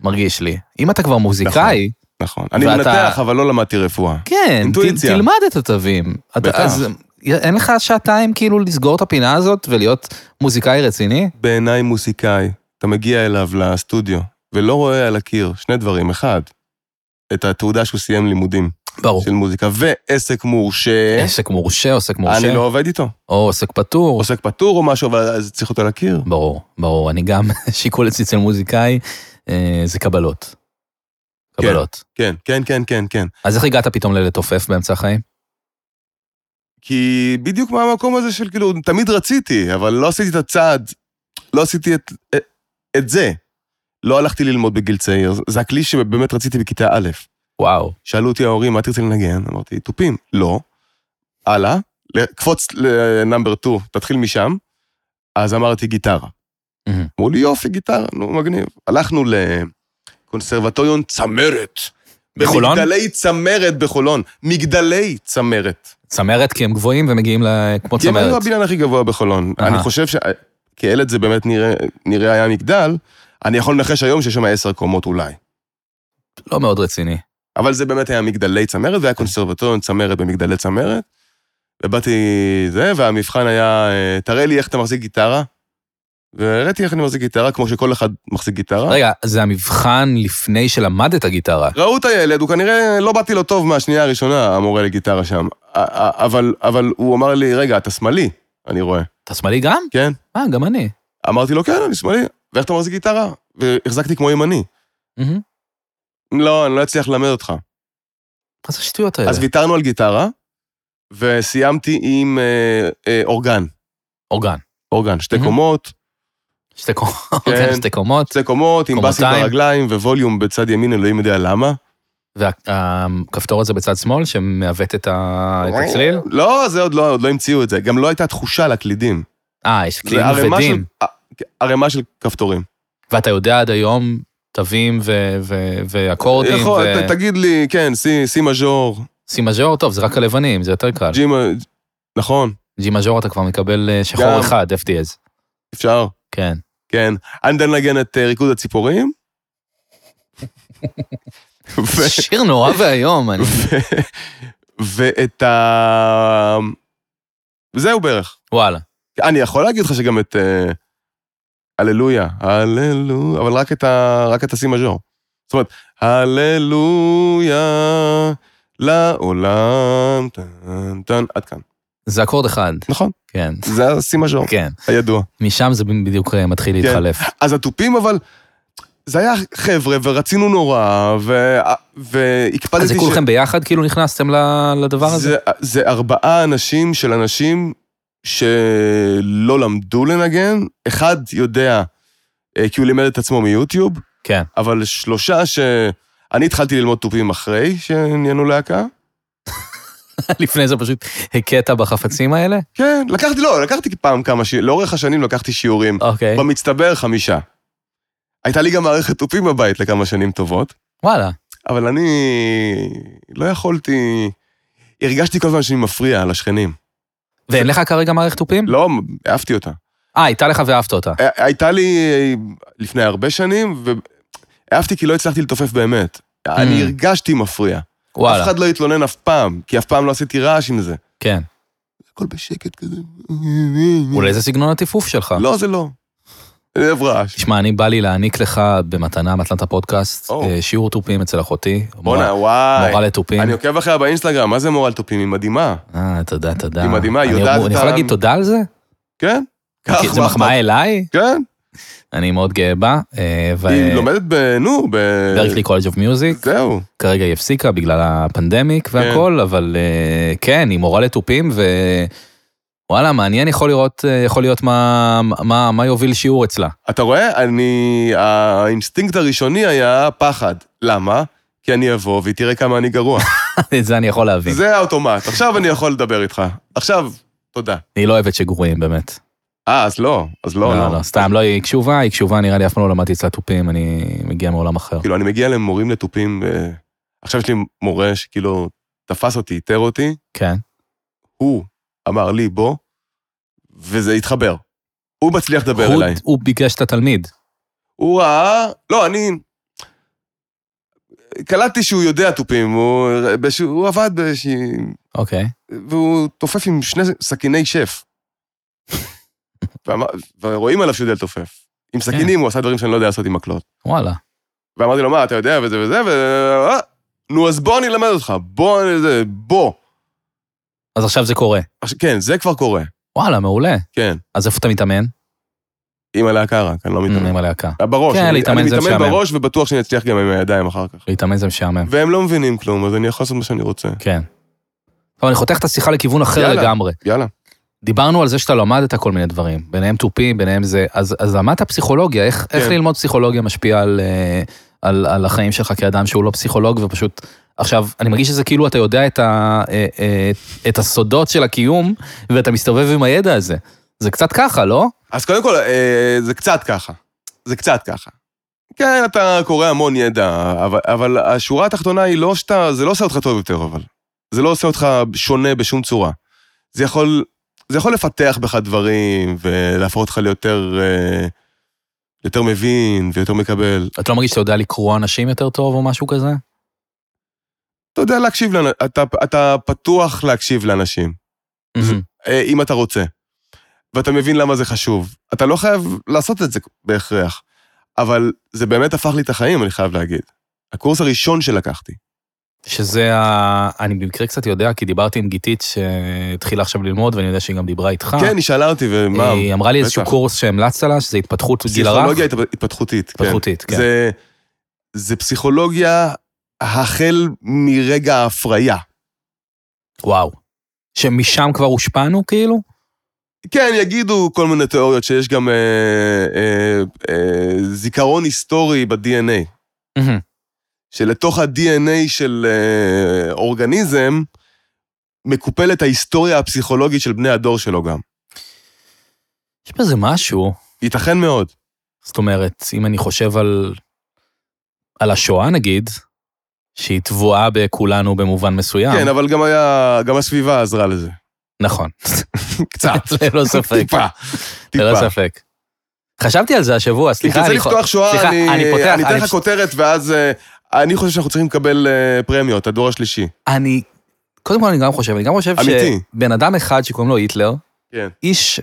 B: מרגיש לי. אם אתה כבר מוזיקאי,
C: נכון. אני
B: ואתה-
C: מנתח, אבל לא למדתי רפואה.
B: כן, ת-
C: אינטואיציה.
B: תלמד את התווים. אתה-
C: בטח.
B: אז אין לך שעתיים כאילו לסגור את הפינה הזאת ולהיות מוזיקאי רציני?
C: בעיניי מוסיקאי, אתה מגיע אליו לסטודיו, ולא רואה על הקיר שני דברים. אחד, את התעודה שהוא סיים לימודים
B: ברור.
C: של מוזיקה, ועסק מורשה,
B: עסק מורשה, עוסק מורשה,
C: אה? אני לא עובד איתו.
B: או עוסק פטור.
C: עוסק פטור או משהו, אבל אז צריך אותו על הקיר.
B: ברור, ברור. אני גם (laughs) שיקול אצלי אצל מוזיקאי, אה, זה קבלות.
C: כן.
B: קבלות.
C: כן, כן, כן, כן, כן.
B: אז איך הגעת פתאום ללתופף באמצע החיים?
C: כי בדיוק מהמקום הזה של כאילו, תמיד רציתי, אבל לא עשיתי את הצעד, לא עשיתי את, את זה. לא הלכתי ללמוד בגיל צעיר, זה הכלי שבאמת רציתי בכיתה א'.
B: וואו.
C: שאלו אותי ההורים, מה תרצה לנגן? אמרתי, תופים. לא. הלאה, ל- קפוץ לנאמבר 2, תתחיל משם. אז אמרתי, גיטרה.
B: מהמם.
C: אמרו לי, יופי, גיטרה, נו, מגניב. הלכנו לקונסרבטוריון צמרת.
B: בחולון?
C: במגדלי צמרת בחולון. מגדלי צמרת.
B: צמרת כי הם גבוהים ומגיעים ל- כמו
C: כי הם היו
B: צמרת.
C: הבניין הכי גבוה בחולון.
B: אהה.
C: אני חושב ש... כילד זה באמת נראה, נראה היה מגדל, אני יכול לנחש היום שיש שם עשר קומות אולי.
B: לא מאוד רציני.
C: אבל זה באמת היה מגדלי צמרת, והיה קונסרבטוריון צמרת במגדלי צמרת. ובאתי זה, והמבחן היה, אה, תראה לי איך אתה מחזיק גיטרה. והראיתי איך אני מחזיק גיטרה, כמו שכל אחד מחזיק גיטרה.
B: רגע, זה המבחן לפני שלמדת גיטרה.
C: ראו את הילד, הוא כנראה לא באתי לו טוב מהשנייה הראשונה, המורה לגיטרה שם. א- א- אבל, אבל הוא אמר לי, רגע, אתה שמאלי, אני רואה.
B: אתה שמאלי גם?
C: כן.
B: אה, גם אני.
C: אמרתי לו, כן, אני שמאלי, ואיך אתה מחזיק גיטרה? והחזקתי כמו ימני.
B: מהמם.
C: לא, אני לא אצליח ללמד אותך.
B: מה זה השטויות האלה?
C: אז ויתרנו על גיטרה, וסיימתי עם אה, אה, אורגן.
B: אורגן.
C: אורגן, שתי
B: Mhm.
C: קומות,
B: שתי קומות. (laughs)
C: כן.
B: אורגן, שתי קומות.
C: שתי קומות, עם בסים
B: קומותיים.
C: ברגליים ווליום בצד ימין, אלוהים יודע למה.
B: והכפתור הזה בצד שמאל שמעוות את ה- את הצליל?
C: לא, זה עוד לא, עוד לא המציאו את זה. גם לא הייתה תחושה לקלידים.
B: אה, יש
C: זה
B: כלים
C: ערימה
B: כבדים.
C: של- ע- ערימה של כפתורים.
B: ואתה יודע עד היום תווים ו- ו- ואקורדים,
C: יכול,
B: ו-
C: ת- תגיד לי, כן, סי, סי מז'ור,
B: סי מז'ור, טוב, זה רק הלבנים, זה יותר קל.
C: ג'י מ... נכון,
B: ג'י מז'ור אתה כבר מקבל אה, שחור
C: גם.
B: אחד, FDS.
C: אפשר,
B: כן.
C: כן. אנדן לגן את אה, ריקוד הציפורים. (laughs) ו...
B: שיר נורא ואיום, אני...
C: ו- ואת ה... זהו בערך.
B: וואלה.
C: אני יכול להגיד לך שגם את... אה, הללויה, הללויה, אבל רק את, ה... רק את הסי מז'ור. זאת אומרת, הללויה לעולם, טן טן, עד כאן.
B: זה אקורד אחד,
C: נכון,
B: כן.
C: זה הסי מז'ור,
B: כן.
C: הידוע.
B: משם זה בדיוק אה, מתחיל להתחלף.
C: כן. אז התופים, אבל... זה היה חבר'ה, ורצינו נורא, ו... והקפדתי
B: אז זה כולכם ביחד כאילו נכנסתם ל- לדבר הזה?
C: זה, זה ארבעה אנשים של אנשים שלא למדו לנגן. אחד יודע, אה, כי הוא לימד את עצמו מיוטיוב,
B: כן.
C: אבל שלושה ש... אני התחלתי ללמוד תופים אחרי שנהיינו להקה.
B: (laughs) לפני זה פשוט הכית בחפצים האלה?
C: כן, לקחתי, לא, לקחתי פעם כמה שיעורים, לאורך השנים לקחתי שיעורים.
B: אוקיי.
C: במצטבר חמישה. הייתה לי גם מערכת תופים בבית לכמה שנים טובות,
B: וואלה.
C: אבל אני לא יכולתי... הרגשתי כל הזמן שאני מפריע לשכנים.
B: ואין לך כרגע מערכת תופים?
C: לא, העפתי אותה.
B: אה, הייתה לך ואהבת אותה.
C: הי- הייתה לי לפני הרבה שנים, והעפתי כי לא הצלחתי לתופף באמת. אני הרגשתי מפריע. אף
B: Mm. וואלה.
C: אחד לא התלונן אף פעם, כי אף פעם לא עשיתי רעש עם זה.
B: כן.
C: הכל בשקט כזה.
B: אולי זה סגנון הטיפוף שלך.
C: לא, זה לא. אני אוהב רעש.
B: תשמע, אני בא לי להעניק לך במתנה, מתנת הפודקאסט,
C: או.
B: אה, שיעור תופים אצל אחותי.
C: בואנה,
B: מורה-
C: וואי.
B: מורה לתופים.
C: אני עוקב אחריה באינסטגרם, מה זה מורל תופים? היא מדהימה.
B: אה, תודה, תודה.
C: היא מדהימה, היא
B: אני-
C: יודעת
B: אני
C: את
B: יכול
C: ה-
B: להגיד תודה על זה?
C: כן?
B: כי אוקיי, זה
C: מה
B: מחמאה אליי?
C: אכפת? כן,
B: אני מאוד גאה בה. אה, ו-
C: היא לא- לומדת ב... נו, ב...
B: ברקלי קולג' אוף מיוזיק,
C: זהו.
B: כרגע היא הפסיקה בגלל הפנדמיק
C: כן.
B: והכל, אבל אה, כן, היא מורה לתופים, ווואלה, מעניין יכול לראות, אה, יכול להיות מה- מה מה יוביל שיעור אצלה. (laughs)
C: אתה רואה? אני... האינסטינקט הראשוני היה פחד. למה? כי אני אבוא והיא תראה כמה אני (laughs) גרוע.
B: את זה אני יכול להבין.
C: זה האוטומט. עכשיו אני יכול לדבר איתך. עכשיו, תודה.
B: היא לא אוהבת שגרועים, באמת.
C: אה, אז לא, אז לא,
B: לא,
C: לא.
B: לא, סתם, לא, היא קשובה, היא קשובה, נראה לי אף פעם לא למדתי אצלה תופים, אני מגיע מעולם אחר.
C: כאילו, אני מגיע למורים לתופים, אה, עכשיו יש לי מורה שכאילו תפס אותי, איתר אותי,
B: כן.
C: הוא אמר לי, בוא, וזה התחבר. הוא מצליח לדבר
B: הוא-
C: אליי.
B: הוא ביקש את התלמיד.
C: הוא ראה... לא, אני... קלטתי שהוא יודע תופים, הוא, בש... הוא עבד באיזושהי...
B: אוקיי.
C: והוא תופף עם שני סכיני
B: (laughs)
C: שף. ואמר- ורואים עליו שהוא יודע לתופף.
B: כן.
C: עם סכינים הוא עשה דברים שאני לא יודע לעשות עם מקלות.
B: וואלה.
C: ואמרתי לו, מה, אתה יודע, וזה וזה, ו... אה, נו, אז בוא אני אלמד אותך, בוא, אני זה, בוא.
B: אז עכשיו זה קורה.
C: עכשיו, כן, זה כבר קורה,
B: וואלה, מעולה.
C: כן.
B: אז איפה אתה מתאמן?
C: עם הלהקה רק, אני לא מתאמן.
B: עם הלהקה.
C: בראש,
B: כן,
C: אני-
B: להתאמן
C: אני
B: זה
C: מתאמן
B: משעמם. כן.
C: בראש ובטוח שאני אצליח גם עם הידיים אחר כך.
B: להתאמן זה משעמם.
C: והם לא מבינים כלום, אז אני יכול לעשות מה שאני רוצה.
B: כן. טוב, אני חותך את השיחה לכיוון אחר
C: יאללה.
B: לגמרי.
C: יאללה.
B: דיברנו על זה שאתה למדת כל מיני דברים, ביניהם תופים, ביניהם זה, אז, אז למדת פסיכולוגיה, איך, כן. איך ללמוד פסיכולוגיה משפיע על, אה, על, על החיים שלך כאדם שהוא לא פסיכולוג ופשוט, עכשיו, אני מרגיש שזה כאילו אתה יודע את, ה, אה, אה, את הסודות של הקיום ואתה מסתובב עם הידע הזה. זה קצת ככה, לא?
C: אז קודם כל, אה, זה קצת ככה. זה קצת ככה. כן, אתה קורא המון ידע, אבל, אבל השורה התחתונה היא לא שאתה, זה לא עושה אותך טוב יותר, אבל. זה לא עושה אותך שונה בשום צורה. זה יכול, זה יכול לפתח בך דברים, ולהפוך אותך ליותר אה, יותר מבין ויותר מקבל.
B: אתה לא מרגיש שאתה יודע לקרוא אנשים יותר טוב או משהו כזה?
C: אתה יודע להקשיב, לאנ- אתה, אתה פתוח להקשיב לאנשים,
B: מהמם.
C: אה, אם אתה רוצה. ואתה מבין למה זה חשוב. אתה לא חייב לעשות את זה בהכרח, אבל זה באמת הפך לי את החיים, אני חייב להגיד. הקורס הראשון שלקחתי.
B: שזה ה... אני במקרה קצת יודע, כי דיברתי עם גיתית שהתחילה עכשיו ללמוד, ואני יודע שהיא גם דיברה איתך.
C: כן, היא שאלה אותי, ומה,
B: היא אמרה לי איזשהו
C: בטח.
B: קורס שהמלצת לה, שזה התפתחות אה, גיל הרך.
C: פסיכולוגיה התפ- התפתחותית. כן.
B: התפתחותית, כן.
C: זה, זה פסיכולוגיה החל מרגע ההפריה.
B: וואו. שמשם כבר הושפענו, כאילו?
C: כן, יגידו כל מיני תיאוריות שיש גם אה, אה, אה, זיכרון היסטורי ב-DNA.
B: מהמם.
C: שלתוך ה-DNA של אה, אורגניזם, מקופלת ההיסטוריה הפסיכולוגית של בני הדור שלו גם.
B: יש בזה משהו.
C: ייתכן מאוד.
B: זאת אומרת, אם אני חושב על... על השואה נגיד, שהיא טבועה בכולנו במובן מסוים.
C: כן, אבל גם היה, גם הסביבה
B: (laughs)
C: עזרה לזה.
B: נכון.
C: קצת.
B: (laughs) ללא ספק.
C: (laughs) טיפה.
B: ללא
C: טיפה.
B: ספק. חשבתי על זה השבוע,
C: אם
B: סליחה,
C: תרצה
B: אני חו-
C: לפתוח שואה,
B: סליחה,
C: אני
B: אני פותח,
C: אני אתן
B: אני
C: לך
B: פש-
C: כותרת, ואז אה, אני חושב שאנחנו צריכים לקבל אה, פרמיות, הדור השלישי.
B: אני, קודם כל אני גם חושב, אני גם חושב
C: אמיתי.
B: שבן אדם אחד שקוראים לו היטלר,
C: כן.
B: איש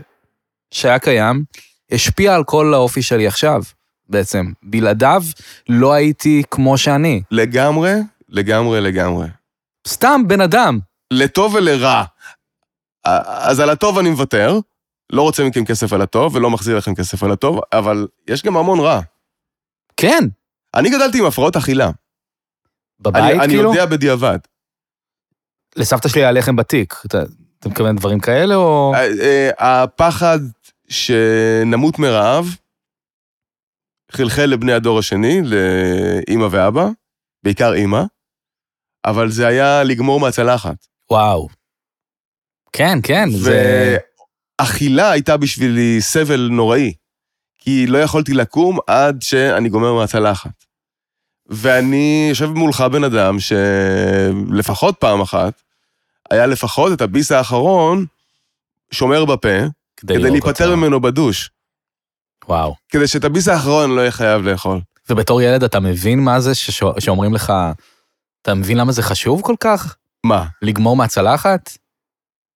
B: שהיה קיים, השפיע על כל האופי שלי עכשיו, בעצם. בלעדיו לא הייתי כמו שאני.
C: לגמרי, לגמרי, לגמרי.
B: סתם בן אדם.
C: לטוב ולרע. אה, אז על הטוב אני מוותר, לא רוצה מכם כסף על הטוב, ולא מחזיר לכם כסף על הטוב, אבל יש גם המון רע.
B: כן,
C: אני גדלתי עם הפרעות אכילה.
B: בבית
C: אני, אני
B: כאילו.
C: יודע בדיעבד.
B: לסבתא שלי היה לחם בתיק. אתה, אתה מתכוון דברים כאלה או...
C: אה, אה, הפחד שנמות מרעב חלחל לבני הדור השני, לאימא ואבא, בעיקר אימא, אבל זה היה לגמור מהצלחת.
B: וואו. כן, כן, זה...
C: ואכילה הייתה בשבילי סבל נוראי, כי לא יכולתי לקום עד שאני גומר מהצלחת. ואני יושב מולך בן אדם שלפחות פעם אחת, היה לפחות את הביס האחרון, שומר בפה, כדי
B: לראות
C: להיפטר
B: אותו.
C: ממנו בדוש.
B: וואו.
C: כדי שאת הביס האחרון לא יהיה חייב לאכול.
B: ובתור ילד אתה מבין מה זה ששו- שאומרים לך, אתה מבין למה זה חשוב כל כך?
C: מה?
B: לגמור מהצלחת?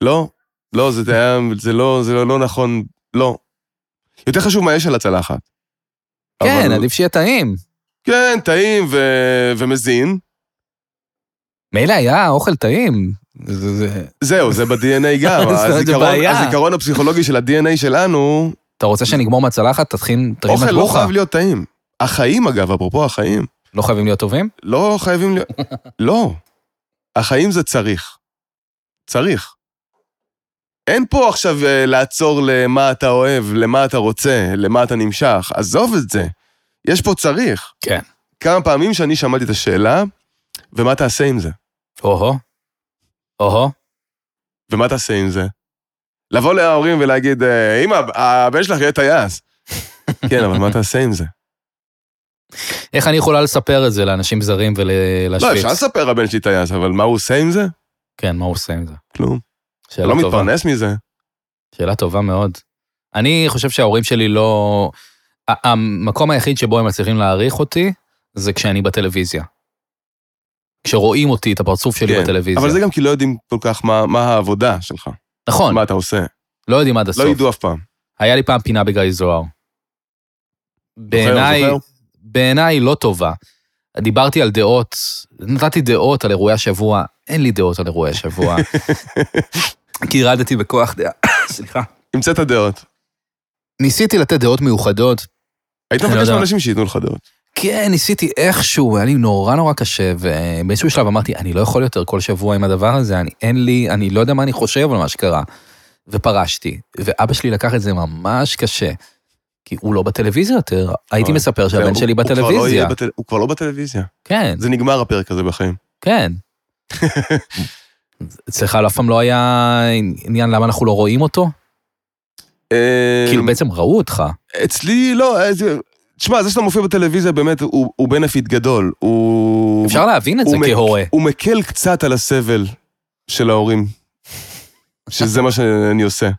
C: לא? לא, זה היה, זה לא, זה לא, לא נכון, לא. יותר חשוב מה יש על הצלחת.
B: כן,
C: אבל- לא-
B: עדיף שיהיה טעים.
C: כן, טעים ו... ומזין.
B: מילא היה אוכל טעים. זה, זה...
C: זהו, זה
B: (laughs)
C: ב-DNA גם.
B: זאת אומרת, זה
C: הזיכרון,
B: בעיה.
C: הזיכרון הפסיכולוגי של ה-DNA שלנו,
B: אתה רוצה שנגמור מהצלחת, תתחיל, תרים
C: אוכל
B: את
C: לא
B: ברוכה.
C: חייב להיות טעים. החיים, אגב, אפרופו החיים,
B: לא חייבים להיות טובים?
C: לא חייבים
B: (laughs)
C: להיות... לא. החיים זה צריך. צריך. אין פה עכשיו אה, לעצור למה אתה אוהב, למה אתה רוצה, למה אתה נמשך. עזוב את זה. יש פה צריך.
B: כן.
C: כמה פעמים שאני שמעתי את השאלה, ומה תעשה עם זה?
B: או-הו. או-הו.
C: ומה תעשה עם זה? לבוא להורים ולהגיד, אה, אמא, הבן שלך יהיה
B: (laughs)
C: טייס. כן, אבל מה תעשה עם זה?
B: איך אני יכולה לספר את זה לאנשים זרים
C: לא,
B: ולהשוויץ?
C: אפשר לספר הבן שלי טייס, אבל מה הוא עושה עם זה?
B: כן, מה הוא עושה עם זה?
C: כלום. אתה
B: שאלה
C: לא
B: טובה.
C: מתפרנס מזה.
B: שאלה טובה מאוד. אני חושב שההורים שלי לא... ה- המקום היחיד שבו הם מצליחים להעריך אותי, זה כשאני בטלוויזיה. כשרואים אותי, את הפרצוף שלי
C: כן,
B: בטלוויזיה.
C: אבל זה גם כי לא יודעים כל כך מה, מה העבודה שלך,
B: נכון,
C: מה אתה עושה.
B: לא יודעים עד הסוף.
C: לא ידעו אף פעם.
B: היה לי פעם פינה בגיא זוהר. בעיניי,
C: זוכר?
B: בעיניי לא טובה. דיברתי על דעות, נתתי דעות על אירועי השבוע, אין לי דעות על אירועי
C: (laughs)
B: השבוע. כי ירדתי בכוח דעה, סליחה.
C: המצאת דעות.
B: ניסיתי לתת דעות מיוחדות,
C: היית
B: אני לא
C: מבקש
B: יודע.
C: מאנשים שייתנו לך דעות.
B: כן, ניסיתי איכשהו, היה לי נורא נורא קשה, ובאיזשהו שלב אמרתי, אני לא יכול יותר כל שבוע עם הדבר הזה, אני, אין לי, אני לא יודע מה אני חושב על מה שקרה. ופרשתי, ואבא שלי לקח את זה ממש קשה, כי הוא לא בטלוויזיה יותר, הייתי
C: אוי.
B: מספר שהבן
C: הוא-
B: שלי
C: הוא כבר לא
B: בטלוויזיה.
C: יהיה בטל- הוא כבר לא בטלוויזיה.
B: כן,
C: זה נגמר הפרק הזה בחיים.
B: כן. אצלך אף פעם לא היה עניין למה אנחנו לא רואים אותו?
C: כן.
B: כאילו
C: אמ,
B: בעצם ראו אותך.
C: אצלי לא, אה, זה- תשמע, זה שאתה מופיע בטלוויזיה באמת הוא הוא benefit גדול. הוא...
B: אפשר להבין את
C: הוא
B: זה
C: מק-
B: כהורה.
C: הוא מקל קצת על הסבל של ההורים, שזה מה שאני עושה.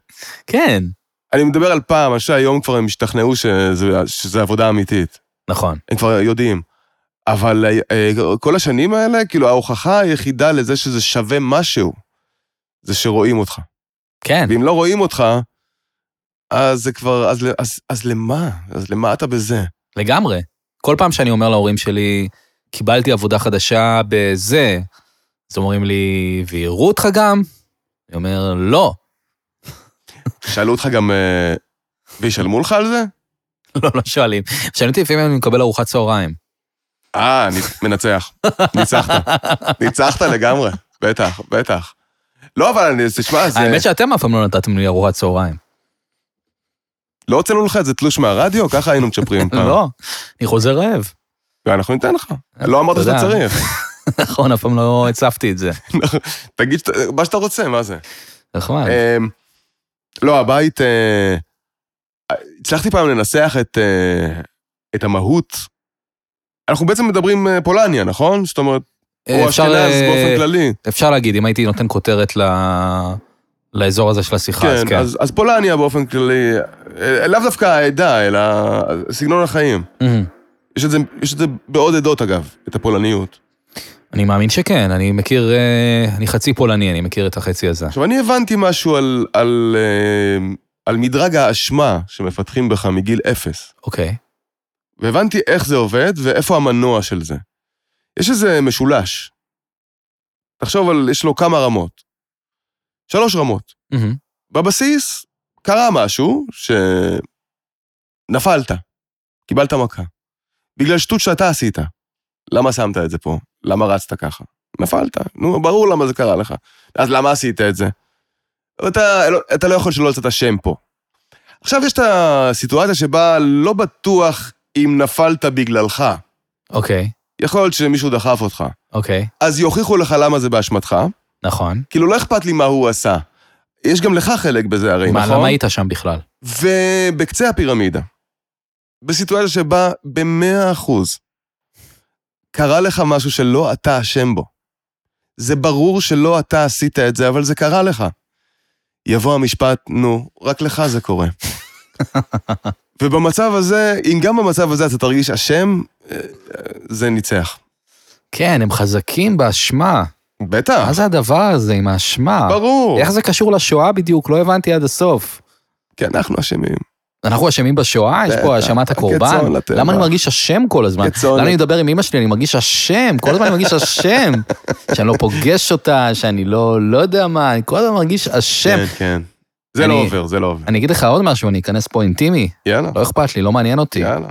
B: כן,
C: אני מדבר על פעם, אנשי היום כבר הם השתכנעו שזה- שזה עבודה אמיתית.
B: נכון.
C: הם כבר יודעים. אבל אה, אה, כל השנים האלה, כאילו, ההוכחה היחידה לזה שזה שווה משהו, זה שרואים אותך.
B: כן,
C: ואם לא רואים אותך, אז זה כבר, אז, ל- אז, אז למה? אז למה אתה בזה?
B: לגמרי. כל פעם שאני אומר להורים שלי, קיבלתי עבודה חדשה בזה, אז אומרים לי, ויראו אותך גם? אני אומר, לא. (laughs)
C: שאלו אותך גם, אה, וישלמו לך על זה?
B: לא, לא שואלים. שואלים אותי לפעמים אם אני מקבל ארוחת צהריים.
C: אה, אני מנצח. ניצחת. ניצחת לגמרי. בטח, בטח. לא, אבל אני, תשמע, זה...
B: האמת שאתם אף פעם לא נתתם לי ארוחת צהריים.
C: לא הוצאנו לך איזה תלוש מהרדיו? ככה היינו מצ'פרים פעם.
B: לא, אני חוזר רעב. (laughs)
C: אנחנו ניתן לך. לא אמרת שאתה
B: תודה.
C: צריך.
B: נכון, אף פעם לא הצפתי את זה.
C: תגיד שאתה- מה שאתה רוצה, מה זה?
B: נחמד.
C: אמ, לא, הבית... אה, הצלחתי פעם לנסח את, אה, את המהות אנחנו בעצם מדברים אה, פולניה, נכון? זאת אומרת, או
B: אפשר,
C: אשכנז
B: אה,
C: באופן כללי.
B: אפשר להגיד, אם הייתי נותן כותרת ל- לאזור הזה של השיחה, אז
C: כן,
B: כן.
C: אז, אז פולניה באופן כללי, אה, לאו דווקא העדה, אלא סגנון החיים.
B: מהמם.
C: יש את זה, יש את זה בעוד עדות אגב, את הפולניות.
B: אני מאמין שכן, אני מכיר, אה, אני חצי פולני, אני מכיר את החצי הזה.
C: עכשיו, אני הבנתי משהו על, על, אה, על מדרג האשמה שמפתחים בך מגיל אפס.
B: אוקיי.
C: והבנתי איך זה עובד ואיפה המנוע של זה. יש איזה משולש. תחשוב על, יש לו כמה רמות. שלוש רמות.
B: מהמם.
C: בבסיס קרה משהו שנפלת, קיבלת מכה. בגלל שטות שאתה עשית. למה שמת את זה פה? למה רצת ככה? נפלת, נו, ברור למה זה קרה לך. אז למה עשית את זה? אבל אתה, אתה לא יכול שלא לצאת אשם פה. עכשיו יש את הסיטואציה שבה לא בטוח אם נפלת בגללך.
B: אוקיי,
C: יכול להיות שמישהו דחף אותך.
B: אוקיי,
C: אז יוכיחו לך למה זה באשמתך.
B: נכון.
C: כאילו, לא אכפת לי מה הוא עשה. יש גם לך חלק בזה הרי,
B: מה,
C: נכון?
B: למה היית שם בכלל?
C: ובקצה הפירמידה, בסיטואציה שבה במאה אחוז קרה לך משהו שלא אתה אשם בו. זה ברור שלא אתה עשית את זה, אבל זה קרה לך. יבוא המשפט, נו, רק לך זה
B: (laughs)
C: קורה. ובמצב הזה, אם גם במצב הזה אתה תרגיש אשם, אה, אה, זה ניצח.
B: כן, הם חזקים באשמה.
C: בטח,
B: מה זה הדבר הזה עם האשמה?
C: ברור.
B: איך זה קשור לשואה בדיוק? לא הבנתי עד הסוף.
C: כי כן, אנחנו אשמים.
B: אנחנו אשמים בשואה? יש
C: בטח.
B: פה האשמת הקורבן?
C: כצאן לטבח.
B: למה אני מרגיש אשם כל הזמן?
C: כצאן
B: למה אני
C: לטבח.
B: מדבר עם אמא שלי, אני מרגיש אשם, כל הזמן אני מרגיש
C: (laughs)
B: אשם. שאני לא פוגש אותה, שאני לא, לא יודע מה, אני כל הזמן מרגיש אשם.
C: כן, כן. זה לא
B: אני-
C: עובר, זה לא עובר.
B: אני אגיד לך עוד משהו, אני אכנס פה אינטימי,
C: יאללה,
B: לא אכפת לי, לא מעניין אותי.
C: יאללה.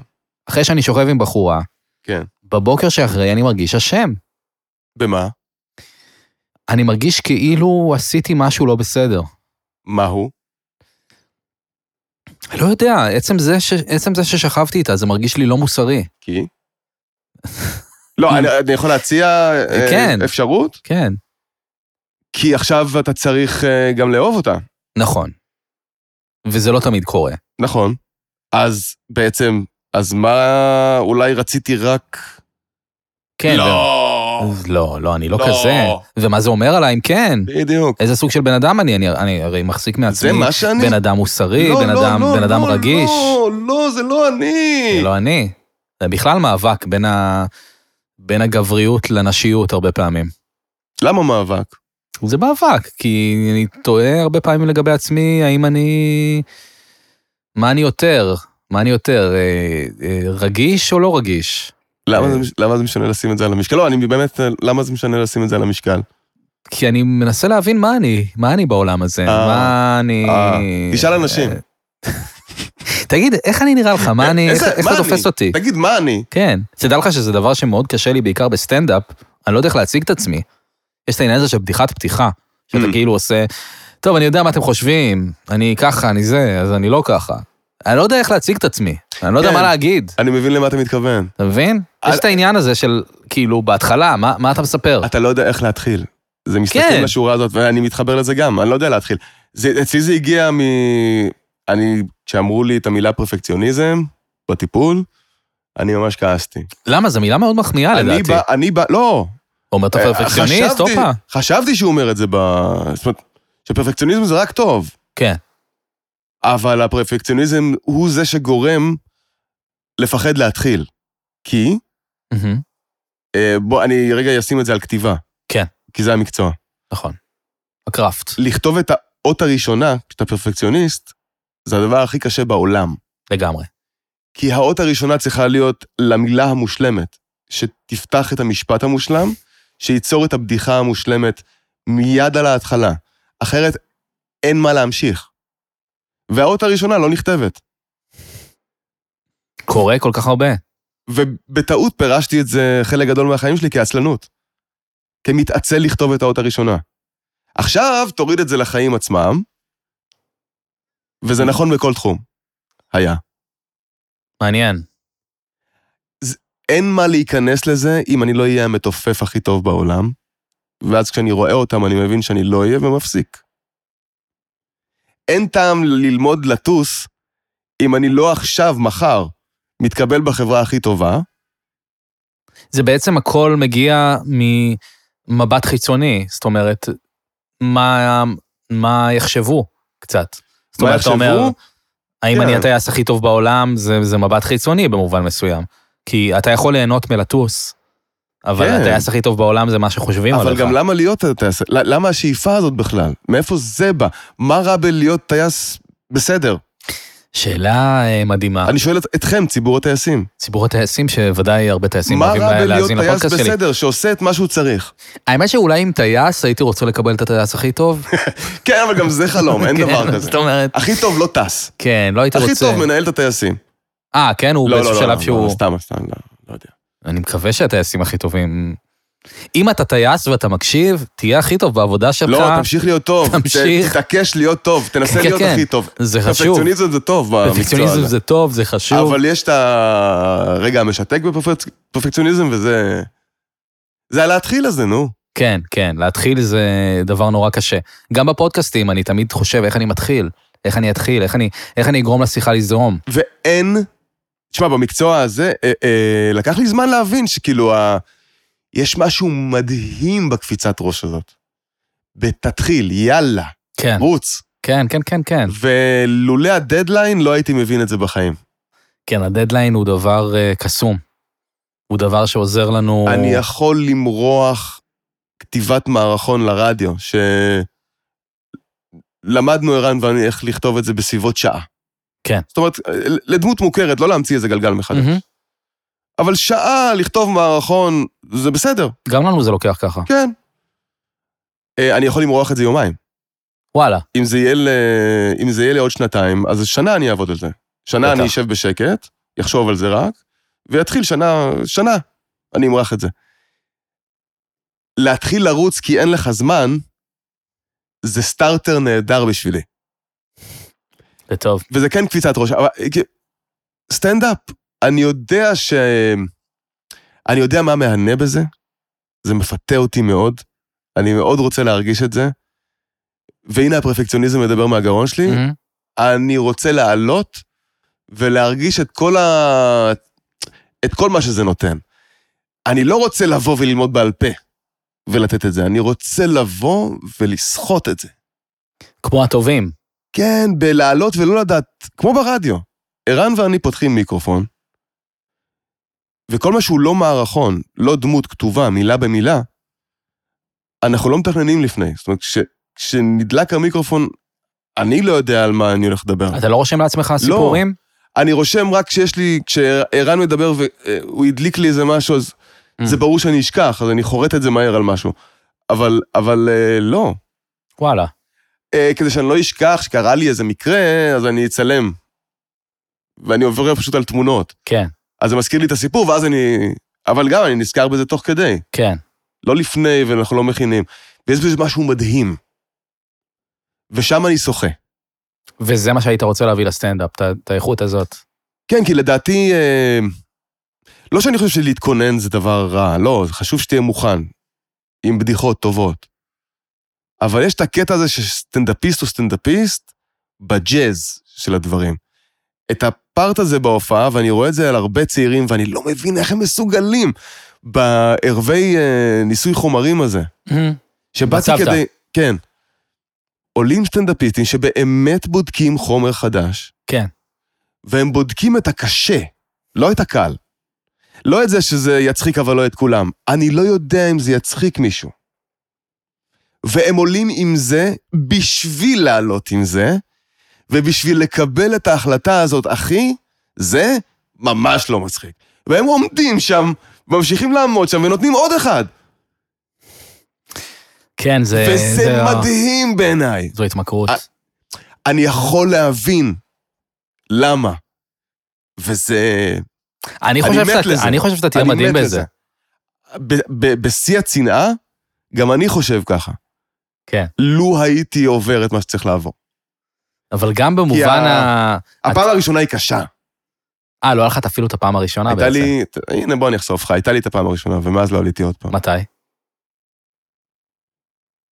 B: אחרי שאני שוכב עם בחורה,
C: כן.
B: בבוקר שאחרי אני מרגיש אשם.
C: במה?
B: אני מרגיש כאילו עשיתי משהו לא בסדר.
C: מה הוא?
B: לא יודע, עצם זה, ש... עצם זה ששכבתי איתה, זה מרגיש לי לא מוסרי.
C: כי? (laughs) לא, אני, אני יכול להציע אה,
B: כן.
C: אפשרות?
B: כן.
C: כי עכשיו אתה צריך אה, גם לאהוב אותה.
B: נכון. וזה לא תמיד קורה.
C: נכון. אז בעצם, אז מה אולי רציתי רק...
B: כן.
C: לא!
B: ו... לא, לא, אני לא,
C: לא.
B: כזה. ומה זה אומר עליי אם כן?
C: בדיוק.
B: איזה סוג של בן אדם אני? אני, אני הרי מחזיק מעצמי
C: זה מה שאני...
B: בן אדם מוסרי, בן אדם, בן אדם
C: לא,
B: רגיש.
C: לא, לא, זה לא אני.
B: זה לא אני. זה בכלל מאבק בין, ה... בין הגבריות לנשיות הרבה פעמים.
C: למה מאבק?
B: זה מאבק, כי אני טועה הרבה פעמים לגבי עצמי, האם אני... מה אני יותר? מה אני יותר, אה, אה, רגיש או לא רגיש?
C: למה
B: אה.
C: זה מש- למה זה משנה לשים את זה על המשקל? לא, אני באמת, אה, למה זה משנה לשים את זה על המשקל?
B: כי אני מנסה להבין מה אני, מה אני בעולם הזה,
C: אה,
B: מה אני...
C: אה, תשאל אנשים.
B: תגיד, איך אני נראה לך? מה אני, אה, איך
C: איזה-
B: איך
C: מה
B: אתה
C: אני?
B: תופס אותי?
C: תגיד, מה אני?
B: כן. תדע לך שזה דבר שמאוד קשה לי, בעיקר בסטנדאפ, אני לא יודע איך להציג את עצמי. יש את העניין הזה של בדיחת פתיחה, שאתה
C: Mm.
B: כאילו עושה, טוב, אני יודע מה אתם חושבים, אני ככה, אני זה, אז אני לא ככה. אני לא יודע איך להציג את עצמי, אני לא יודע
C: כן.
B: מה להגיד,
C: אני מבין למה אתה מתכוון.
B: אתה מבין?
C: אל-
B: יש את העניין הזה של, כאילו, בהתחלה, מה מה אתה מספר?
C: אתה לא יודע איך להתחיל. זה
B: כן.
C: מסתכלים לשורה הזאת, ואני מתחבר לזה גם, אני לא יודע להתחיל. זה, אצלי זה הגיע מ... אני, כשאמרו לי את המילה פרפקציוניזם בטיפול, אני ממש כעסתי.
B: למה? זו מילה מאוד מחמיאה
C: אני
B: אה, לדעתי.
C: בא, אני בא, לא.
B: אומר, אתה פרפקציוניסט,
C: חשבתי-
B: הופה.
C: חשבתי שהוא אומר את זה ב... זאת אומרת, שפרפקציוניזם זה רק טוב,
B: כן,
C: אבל הפרפקציוניזם הוא זה שגורם לפחד להתחיל. כי,
B: מהמם,
C: אה, בוא, אני רגע אשים את זה על כתיבה.
B: כן.
C: כי זה המקצוע.
B: נכון. הקראפט,
C: לכתוב את האות הראשונה, כשאתה פרפקציוניסט, זה הדבר הכי קשה בעולם.
B: לגמרי.
C: כי האות הראשונה צריכה להיות למילה המושלמת, שתפתח את המשפט המושלם, שייצור את הבדיחה המושלמת מיד על ההתחלה. אחרת, אין מה להמשיך. והאות הראשונה לא נכתבת.
B: קורה כל כך הרבה.
C: ובטעות פירשתי את זה חלק גדול מהחיים שלי כעצלנות. כמתעצל לכתוב את האות הראשונה. עכשיו תוריד את זה לחיים עצמם, וזה נכון בכל תחום. היה.
B: מעניין.
C: אין מה להיכנס לזה אם אני לא אהיה המתופף הכי טוב בעולם, ואז כשאני רואה אותם אני מבין שאני לא אהיה ומפסיק. אין טעם ללמוד לטוס אם אני לא עכשיו, מחר, מתקבל בחברה הכי טובה,
B: זה בעצם הכל מגיע ממבט חיצוני, זאת אומרת, מה, מה יחשבו קצת. זאת
C: מה
B: אומרת, אתה אומר,
C: יחשבו?
B: האם אני
C: כן.
B: הטייס הכי טוב בעולם, זה, זה מבט חיצוני במובן מסוים. כי אתה יכול ליהנות מלטוס, אבל
C: כן.
B: הטייס הכי טוב בעולם זה מה שחושבים עליך.
C: אבל גם למה להיות הטייס? ל- למה השאיפה הזאת בכלל? מאיפה זה בא? מה רע בלהיות טייס בסדר?
B: שאלה אה, מדהימה.
C: אני שואל את- אתכם, ציבור הטייסים.
B: ציבור הטייסים, שוודאי הרבה טייסים
C: מה
B: אוהבים
C: רע
B: לה-
C: בלהיות
B: כן, להאזין
C: טייס
B: לפודקאסט שלי.
C: בסדר, שעושה את מה שהוא צריך?
B: האמת שאולי עם טייס הייתי רוצה לקבל את הטייס הכי טוב.
C: כן, אבל גם זה חלום, אין דבר
B: (laughs) כן,
C: כזה.
B: זאת אומרת,
C: הכי טוב לא
B: (laughs)
C: טס.
B: כן, לא הייתי רוצה...
C: הכי טוב מנהל את הטייסים.
B: אה, כן, הוא
C: לא, לא,
B: באיזשהו
C: לא,
B: שלב
C: לא, לא,
B: שהוא...
C: סתם, סתם, לא, לא יודע.
B: אני מקווה שהטייסים הכי טובים. אם אתה טייס ואתה מקשיב, תהיה הכי טוב בעבודה שלך.
C: לא, תמשיך להיות טוב.
B: תמשיך.
C: ת- תתעקש להיות טוב,
B: כן,
C: תנסה
B: כן,
C: להיות
B: כן.
C: הכי טוב.
B: זה חשוב.
C: פרפקציוניזם זה טוב במקצוע
B: פרפקציוניזם
C: הזה.
B: זה טוב, זה חשוב.
C: אבל יש את הרגע המשתק בפרפקציוניזם, וזה... זה על להתחיל הזה, נו.
B: כן, כן, להתחיל זה דבר נורא קשה. גם בפודקאסטים אני תמיד חושב איך אני מתחיל, איך אני אתחיל, איך אני, איך אני אגרום לשיחה לזרום.
C: ואין... תשמע, במקצוע הזה, אה, אה, לקח לי זמן להבין שכאילו, ה... יש משהו מדהים בקפיצת ראש הזאת. בתתחיל, יאללה,
B: כן,
C: רוץ.
B: כן, כן, כן, כן.
C: ולולא הדדליין לא הייתי מבין את זה בחיים.
B: כן, הדדליין הוא דבר אה, קסום. הוא דבר שעוזר לנו...
C: אני יכול למרוח כתיבת מערכון לרדיו, שלמדנו ערן ואני איך לכתוב את זה בסביבות שעה.
B: כן.
C: זאת אומרת, אה, לדמות מוכרת, לא להמציא איזה גלגל מחדש.
B: מהמם.
C: אבל שעה לכתוב מערכון, זה בסדר,
B: גם לנו זה לוקח ככה.
C: כן. אה, אני יכול למרוח את זה יומיים.
B: וואלה,
C: אם זה יהיה, ל... אם זה יהיה לעוד שנתיים, אז שנה אני אעבוד על זה. שנה
B: בטח.
C: אני אשב בשקט, יחשוב על זה רק, ויתחיל שנה, שנה, אני אמרח את זה. להתחיל לרוץ כי אין לך זמן, זה סטארטר נהדר בשבילי.
B: זה טוב.
C: וזה כן קפיצת ראש, אבל כי- סטנדאפ, אני יודע ש... אני יודע מה מהנה בזה, זה מפתה אותי מאוד, אני מאוד רוצה להרגיש את זה, והנה הפרפקציוניזם מדבר מהגרון שלי,
B: מהמם.
C: אני רוצה לעלות ולהרגיש את כל, ה... את כל מה שזה נותן. אני לא רוצה לבוא וללמוד בעל פה ולתת את זה, אני רוצה לבוא ולסחוט את זה.
B: כמו הטובים.
C: כן, בלעלות ולא לדעת, כמו ברדיו. ערן ואני פותחים מיקרופון, וכל מה שהוא לא מערכון, לא דמות כתובה, מילה במילה, אנחנו לא מתכננים לפני. זאת אומרת, כש, כשנדלק המיקרופון, אני לא יודע על מה אני הולך לדבר.
B: אתה לא רושם לעצמך סיפורים?
C: אני רושם רק כשיש לי, כשערן מדבר והוא הדליק לי איזה משהו, אז
B: Mm.
C: זה ברור שאני אשכח, אז אני חורט את זה מהר על משהו. אבל, אבל אה, לא.
B: וואלה.
C: אה, כדי שאני לא אשכח שקרה לי איזה מקרה, אז אני אצלם. ואני עובר פשוט על תמונות.
B: כן,
C: אז זה מזכיר לי את הסיפור, ואז אני... אבל גם אני נזכר בזה תוך כדי.
B: כן.
C: לא לפני, ואנחנו לא מכינים. ויש בזה משהו מדהים. ושם אני שוחה.
B: וזה מה שהיית רוצה להביא לסטנדאפ, את ה- את האיכות הזאת.
C: כן, כי לדעתי... אה, לא שאני חושב שלהתכונן זה דבר רע, לא, זה חשוב שתהיה מוכן. עם בדיחות טובות. אבל יש את הקטע הזה שסטנדאפיסט הוא סטנדאפיסט בג'אז של הדברים. את הפארט הזה בהופעה, ואני רואה את זה על הרבה צעירים, ואני לא מבין איך הם מסוגלים בערבי אה, ניסוי חומרים הזה.
B: מהמם.
C: שבאתי
B: בצוותא.
C: כדי... כן. עולים סטנדאפיסטים שבאמת בודקים חומר חדש.
B: כן.
C: והם בודקים את הקשה, לא את הקל. לא את זה שזה יצחיק אבל לא את כולם. אני לא יודע אם זה יצחיק מישהו. והם עולים עם זה בשביל לעלות עם זה, ובשביל לקבל את ההחלטה הזאת, אחי, זה ממש לא מצחיק. והם עומדים שם, ממשיכים לעמוד שם ונותנים עוד אחד.
B: כן, זה...
C: וזה
B: זה ה-
C: מדהים בעיניי.
B: זו התמכרות.
C: אה, אני יכול להבין למה. וזה...
B: אני
C: אני
B: חושב
C: מת
B: שאתה-
C: לזה.
B: אני חושב שאתה תהיה
C: אני
B: מדהים
C: מת
B: בזה.
C: לזה. ב- ב- בשיא הצנעה, גם אני חושב ככה.
B: כן.
C: לו הייתי עובר את מה שצריך לעבור.
B: אבל גם במובן
C: ה-
B: ה...
C: הפעם הראשונה היא קשה.
B: אה, לא היה לך את אפילו את הפעם הראשונה
C: הייתה
B: בעצם.
C: לי... הנה, בוא אני אחשוף לך, הייתה לי את הפעם הראשונה, ומאז לא עליתי עוד פעם.
B: מתי?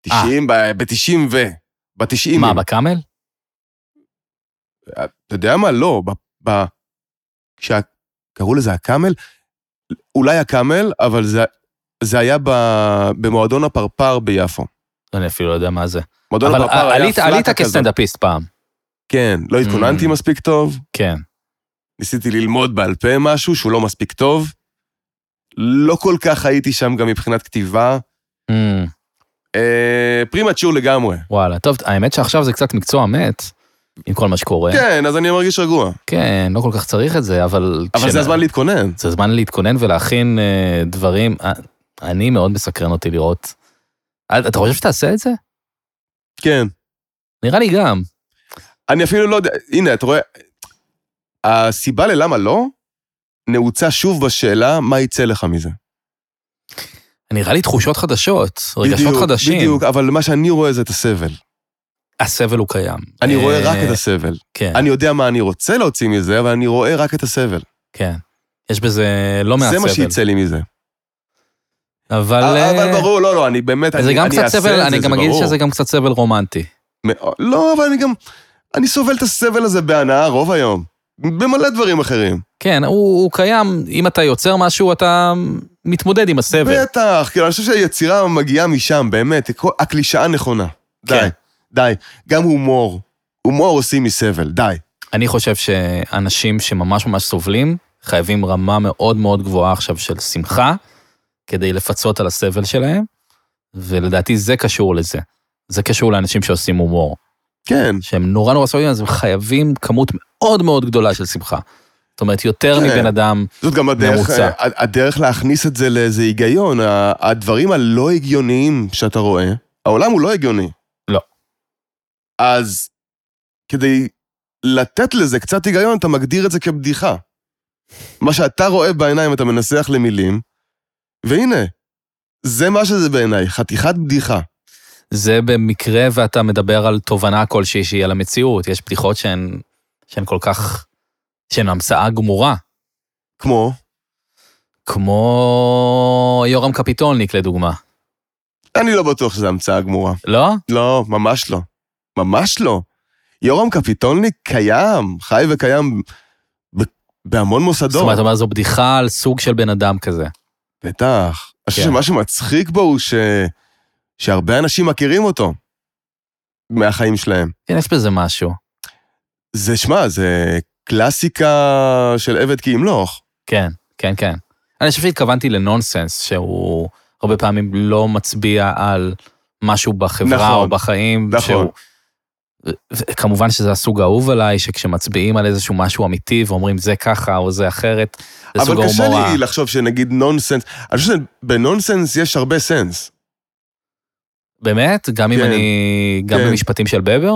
C: 90, ב-90 ו... ב-90.
B: מה, בקאמל?
C: אתה יודע מה? לא, ב... ב... כשה... קראו לזה הקאמל? אולי הקאמל, אבל זה, זה היה ב, במועדון הפרפר ביפו.
B: אני אפילו לא יודע מה זה.
C: מועדון
B: אבל
C: הפרפר היה
B: עלית- עלית
C: פלטה כזאת.
B: כסטנדאפיסט פעם.
C: כן, לא התכוננתי
B: Mm.
C: מספיק טוב,
B: כן.
C: ניסיתי ללמוד בעל פה משהו שהוא לא מספיק טוב. לא כל כך הייתי שם גם מבחינת כתיבה.
B: Mm,
C: אה, פרימצ'ור לגמרי.
B: וואלה, טוב, האמת שעכשיו זה קצת מקצוע מת, עם כל מה שקורה.
C: כן, אז אני מרגיש רגוע.
B: כן, לא כל כך צריך את זה, אבל...
C: אבל
B: כש-
C: זה הזמן להתכונן.
B: זה זמן להתכונן ולהכין אה, דברים. אה, אני מאוד מסקרן אותי לראות. אה, אתה חושב שתעשה את זה?
C: כן.
B: נראה לי גם.
C: אני אפילו לא יודע, הנה, אתה רואה, הסיבה ללמה לא, נעוצה שוב בשאלה מה יצא לך מזה.
B: נראה לי תחושות חדשות, רגשות
C: בדיוק,
B: חדשים.
C: בדיוק, אבל מה שאני רואה זה את הסבל.
B: הסבל הוא קיים.
C: אני רואה
B: אה,
C: רק את הסבל.
B: כן,
C: אני יודע מה אני רוצה להוציא מזה, אבל אני רואה רק את הסבל.
B: כן. יש בזה לא מעט
C: זה
B: סבל.
C: מה שיצא לי מזה.
B: אבל... אה,
C: אבל ברור, לא, לא, אני באמת,
B: זה
C: אני
B: גם
C: אני
B: קצת
C: אעשה את
B: סבל,
C: זה,
B: אני
C: זה
B: גם אגיד
C: ברור.
B: שזה גם קצת סבל רומנטי.
C: מאוד- לא, אבל אני גם, אני סובל את הסבל הזה בהנאה רוב היום. במלא דברים אחרים.
B: כן, הוא הוא קיים, אם אתה יוצר משהו, אתה מתמודד עם הסבל.
C: בטח, כאילו, אני חושב שהיצירה מגיעה משם, באמת, כל- הקלישאה נכונה. די,
B: כן.
C: די. גם הומור, הומור עושים מסבל, די.
B: אני חושב שאנשים שממש ממש סובלים, חייבים רמה מאוד מאוד גבוהה עכשיו של שמחה, כדי לפצות על הסבל שלהם, ולדעתי זה קשור לזה. זה קשור לאנשים שעושים הומור,
C: כן,
B: שהם נורא נורא סובלים, אז הם חייבים כמות מאוד מאוד גדולה של שמחה. זאת אומרת, יותר
C: כן.
B: מבן אדם,
C: זאת גם הדרך,
B: ממוצע.
C: אה, הדרך להכניס את זה לאיזה היגיון, ה- הדברים הלא הגיוניים שאתה רואה, העולם הוא לא הגיוני.
B: לא.
C: אז כדי לתת לזה קצת היגיון, אתה מגדיר את זה כבדיחה. מה שאתה רואה בעיניים אתה מנסח למילים, והנה, זה מה שזה בעיניי, חתיכת בדיחה.
B: זה במקרה ואתה מדבר על תובנה כלשהי שהיא על המציאות. יש בדיחות שהן, שהן כל כך, שהן המצאה גמורה,
C: כמו,
B: כמו יורם קפיטולניק לדוגמה.
C: אני לא בטוח שזו המצאה גמורה.
B: לא?
C: לא, ממש לא. ממש לא. יורם קפיטולניק קיים, חי וקיים ב- בהמון
B: זאת
C: מוסדות.
B: אומרת, אתה אומר, זו בדיחה על סוג של בן אדם כזה.
C: בטח. אני חושב
B: כן.
C: שמה שמצחיק בו הוא ש... שהרבה אנשים מכירים אותו מהחיים שלהם.
B: כן, יש בזה משהו.
C: זה, שמע, זה קלאסיקה של עבד כי ימלוך.
B: כן, כן, כן. אני חושב שהתכוונתי לנונסנס, שהוא הרבה פעמים לא מצביע על משהו בחברה
C: נכון,
B: או בחיים.
C: נכון.
B: שהוא- ו- כמובן שזה הסוג האהוב עליי, שכשמצביעים על איזשהו משהו אמיתי ואומרים זה ככה או זה אחרת, זה סוג
C: אבל קשה
B: ההומור ה...
C: לי לחשוב שנגיד נונסנס, אני חושב שבנונסנס יש הרבה סנס.
B: באמת? גם אם
C: כן,
B: אני... גם
C: כן.
B: במשפטים של בבר?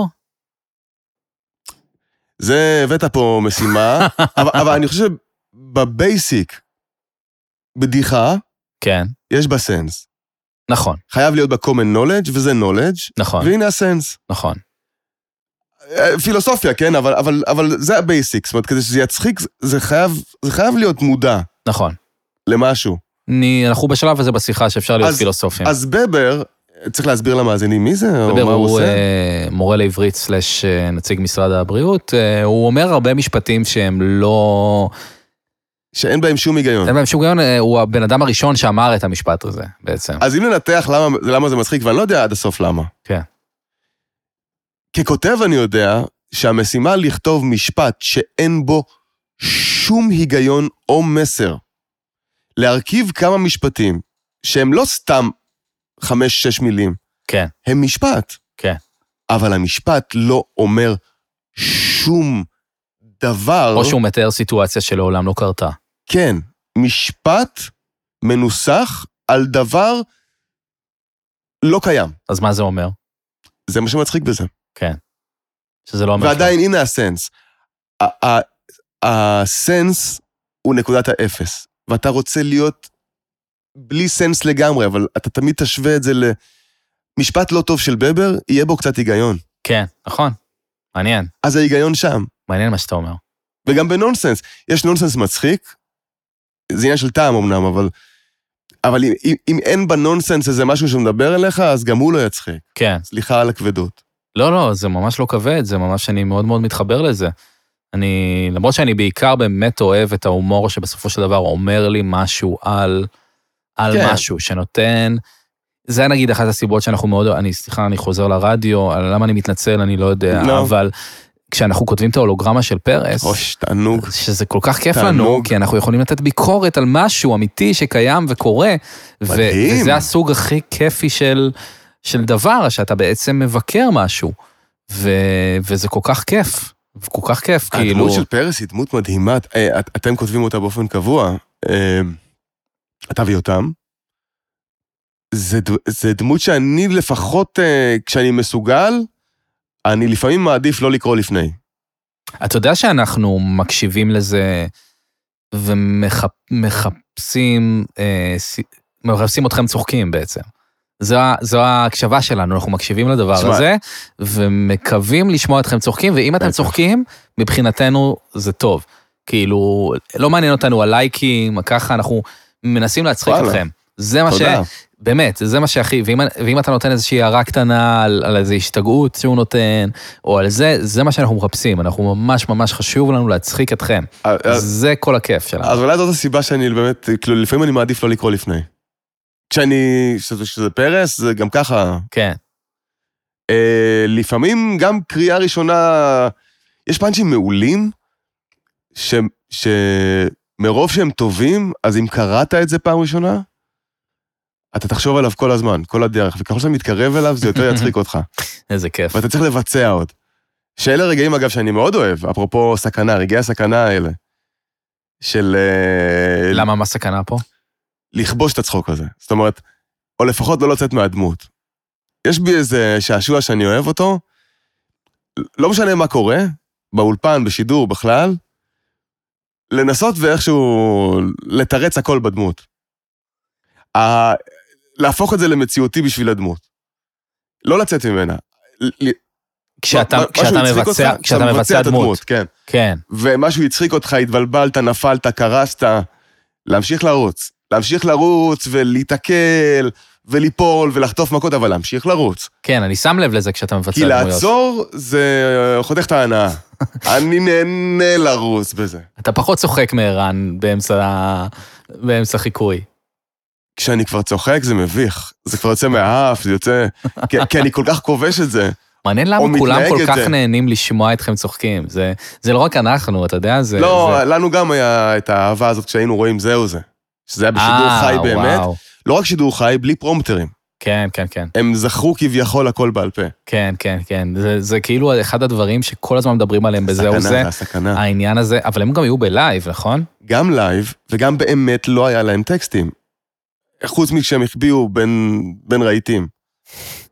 C: זה, הבאת פה
B: (laughs)
C: משימה, אבל, אבל אני חושב שבבייסיק, בדיחה,
B: כן,
C: יש בה סנס.
B: נכון,
C: חייב להיות בה common knowledge, וזה knowledge,
B: נכון,
C: והנה הסנס.
B: נכון.
C: אה, פילוסופיה, כן, אבל, אבל, אבל זה הבייסיק, זאת אומרת, כדי שזה יצחיק, זה חייב, זה חייב להיות מודע
B: נכון.
C: למשהו.
B: אני, אנחנו בשלב הזה בשיחה שאפשר להיות
C: אז-
B: פילוסופים.
C: אז בבר, צריך להסביר למאזינים מי זה, או
B: כן. בבר
C: מה הוא
B: הוא
C: עושה?
B: אה, מורה לעברית סלאש אה, נציג משרד הבריאות, אה, הוא אומר הרבה משפטים שהם לא...
C: שאין בהם שום היגיון.
B: אין בהם שום גיון, אה, הוא הבן אדם הראשון שאמר את המשפט הזה בעצם.
C: אז אם ננתח למה, למה זה מצחיק, ואני לא יודע עד הסוף למה.
B: כן.
C: ככותב אני יודע שהמשימה לכתוב משפט שאין בו שום היגיון או מסר, להרכיב כמה משפטים שהם לא סתם חמש-שש מילים,
B: כן.
C: הם משפט.
B: כן.
C: אבל המשפט לא אומר שום דבר.
B: או שהוא מתאר סיטואציה שלעולם לא קרתה.
C: כן, משפט מנוסח על דבר לא קיים.
B: אז מה זה אומר?
C: זה מה שמצחיק בזה.
B: שזה לא אומר...
C: ועדיין, הנה הסנס. ה- ה- הסנס הוא נקודת האפס, ואתה רוצה להיות בלי סנס לגמרי, אבל אתה תמיד תשווה את זה למשפט לא טוב של בבר, יהיה בו קצת היגיון.
B: כן, נכון. מעניין.
C: אז ההיגיון שם.
B: מעניין מה שאתה אומר.
C: וגם בנונסנס. יש נונסנס מצחיק, זה עניין של טעם אמנם, אבל... אבל אם, אם, אם אין בנונסנס איזה משהו שמדבר אליך, אז גם הוא לא יצחיק.
B: כן.
C: סליחה על הכבדות.
B: לא, לא, זה ממש לא כבד, זה ממש, אני מאוד מאוד מתחבר לזה. אני, למרות שאני בעיקר באמת אוהב את ההומור שבסופו של דבר אומר לי משהו על, על
C: כן.
B: משהו שנותן. זה נגיד אחת הסיבות שאנחנו מאוד, אני, סליחה, אני חוזר לרדיו, על למה אני מתנצל, אני לא יודע,
C: לא.
B: אבל כשאנחנו כותבים את ההולוגרמה של פרס,
C: אוש, תענוג.
B: שזה כל כך כיף
C: תענוג.
B: לנו, כי אנחנו יכולים לתת ביקורת על משהו אמיתי שקיים וקורה. ו-
C: מדהים.
B: וזה הסוג הכי כיפי של, של דבר, שאתה בעצם מבקר משהו. ו- וזה כל כך כיף. וכל כך כיף, כאילו...
C: הדמות של פרס היא דמות מדהימה. אה, את- אתם כותבים אותה באופן קבוע. אה, אתה ויותם. זה ד- זה דמות שאני לפחות, אה, כשאני מסוגל, אני לפעמים מעדיף לא לקרוא לפני.
B: אתה יודע שאנחנו מקשיבים לזה ומחפשים, אה, ס- מחפשים אתכם צוחקים בעצם. זו, ה- זו ההקשבה שלנו, אנחנו מקשיבים לדבר
C: תשמע.
B: הזה, ומקווים לשמוע אתכם צוחקים, ואם אתם
C: בטח.
B: צוחקים, מבחינתנו זה טוב. כאילו, לא מעניין אותנו הלייקים, ככה, אנחנו מנסים להצחיק
C: וואלה.
B: אתכם. זה מה ש...
C: תודה.
B: באמת, זה מה שהכי, ואם, ואם אתה נותן איזושהי הערה קטנה על, על איזו השתגעות שהוא נותן, או על זה, זה מה שאנחנו מחפשים, אנחנו ממש ממש חשוב לנו להצחיק אתכם.
C: אה, אה,
B: זה כל הכיף שלנו.
C: אז אולי זאת הסיבה שאני באמת, כאילו, לפעמים אני מעדיף לא לקרוא לפני. כשאני, כשזה כשזה פרס, זה גם ככה.
B: כן,
C: אה, לפעמים גם קריאה ראשונה, יש פאנצ'ים מעולים, ש, שמרוב שהם טובים, אז אם קראת את זה פעם ראשונה, אתה תחשוב עליו כל הזמן, כל הדרך, וככל שאתה מתקרב אליו, זה יותר יצחיק אותך,
B: איזה כיף.
C: ואתה צריך לבצע עוד. שאלה רגעים, אגב, שאני מאוד אוהב, אפרופו סכנה, רגעי הסכנה האלה, של... אה,
B: למה, מה הסכנה פה?
C: לכבוש את הצחוק הזה. זאת אומרת, או לפחות לא לצאת מהדמות. יש בי איזה שעשוע שאני אוהב אותו, לא משנה מה קורה, באולפן, בשידור, בכלל, לנסות ואיכשהו לתרץ הכל בדמות. ה... להפוך את זה למציאותי בשביל הדמות. לא לצאת ממנה. ל- ל-
B: כשאתה,
C: מה- משהו
B: כשאתה
C: הצחיק אותך,
B: מבצע, כשאתה מבצע
C: את
B: דמות.
C: כן.
B: כן,
C: ומשהו הצחיק אותך, התבלבלת, נפלת, קרסת, להמשיך לרוץ. להמשיך לרוץ ולהיתקל וליפול ולחטוף מכות, אבל להמשיך לרוץ.
B: כן, אני שם לב לזה כשאתה מבצע
C: כי
B: דמויות.
C: לעצור זה חותך
B: (laughs)
C: את ההנאה. אני נהנה לרוץ בזה.
B: אתה פחות צוחק מערן באמצע, באמצע חיקוי.
C: כשאני כבר צוחק זה מביך, זה כבר יוצא מהאף, זה יוצא... כי, כי אני כל כך כובש את זה.
B: מעניין
C: או
B: למה כולם
C: מתנהג
B: כל
C: את
B: כך
C: זה.
B: נהנים לשמוע אתכם צוחקים. זה, זה לא רק אנחנו, אתה יודע, זה...
C: לא,
B: זה...
C: לנו גם היה את האהבה הזאת כשהיינו רואים זהו זה. שזה היה בשידור
B: אה,
C: חי באמת.
B: וואו.
C: לא רק שידור חי, בלי פרומפטרים.
B: כן, כן, כן.
C: הם זכרו כביכול הכל בעל פה.
B: כן, כן, כן. זה, זה כאילו אחד הדברים שכל הזמן מדברים עליהם בזהו זה,
C: סכנה, סכנה.
B: העניין הזה, אבל הם גם היו בלייב, נכון?
C: גם לייב, וגם באמת לא היה להם טקסטים. חוץ מכשהם החביאו בין, בין רהיטים,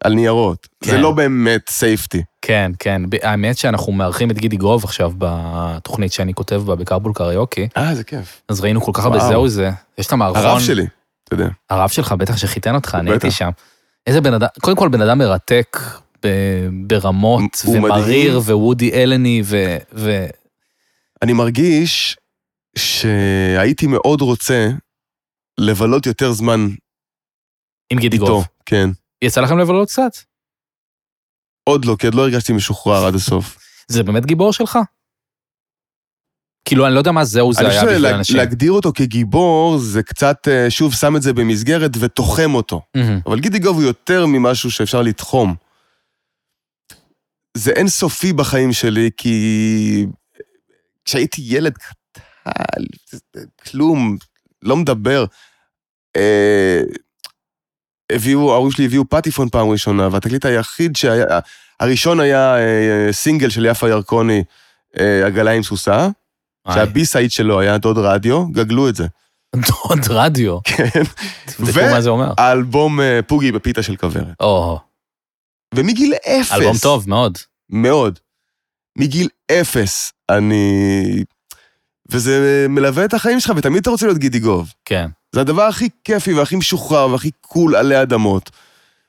C: על ניירות.
B: כן.
C: זה לא באמת סייפטי.
B: כן, כן. ב- האמת שאנחנו מארחים את גידי גרוב עכשיו בתוכנית שאני כותב בה בקרבול קריוקי,
C: אה, זה כיף.
B: אז ראינו כל כך הרבה
C: וואו.
B: זהו זה. יש את המערכון...
C: הרב שלי, אתה יודע.
B: הרב שלך, בטח שחיתן אותך, אני
C: בטח.
B: הייתי שם. איזה בן אדם, קודם כל בן אדם מרתק ב- ברמות,
C: הוא
B: ומריר, וודי אלני, ו... ו-
C: אני מרגיש שהייתי מאוד רוצה לבלות יותר זמן
B: עם גידי
C: איתו.
B: גרוב.
C: כן.
B: יצא לכם לבלות קצת?
C: עוד לא, כי עוד לא הרגשתי משוחרר עד הסוף.
B: זה באמת גיבור שלך? כאילו, אני לא יודע מה זהו (laughs) זה
C: אני
B: היה
C: חושב
B: בשביל
C: שלהג-
B: אנשים.
C: להגדיר אותו כגיבור זה קצת, אה, שוב, שם את זה במסגרת ותוחם אותו.
B: מהמם.
C: אבל גידי גוב הוא יותר ממשהו שאפשר לתחום. זה אינסופי בחיים שלי, כי כשהייתי ילד קטן, כלום, לא מדבר. אה, הביאו, ההורים שלי הביאו פטיפון פעם ראשונה, והתקליט היחיד שהיה, הראשון היה אה, סינגל של יפה ירקוני, אה, עגלה עם סוסה,
B: וואי.
C: שהבי סייד שלו היה דוד רדיו, גגלו את
B: (laughs)
C: זה.
B: דוד רדיו.
C: כן.
B: תבדקו מה זה אומר.
C: האלבום אה, פוגי בפיתה של כוורת.
B: או,
C: ומגיל אפס.
B: אלבום טוב מאוד.
C: מאוד. מגיל אפס אני... וזה מלווה את החיים שלך, ותמיד אתה רוצה להיות גידי גוב.
B: כן.
C: זה הדבר הכי כיפי והכי משוחרר והכי קול עלי אדמות.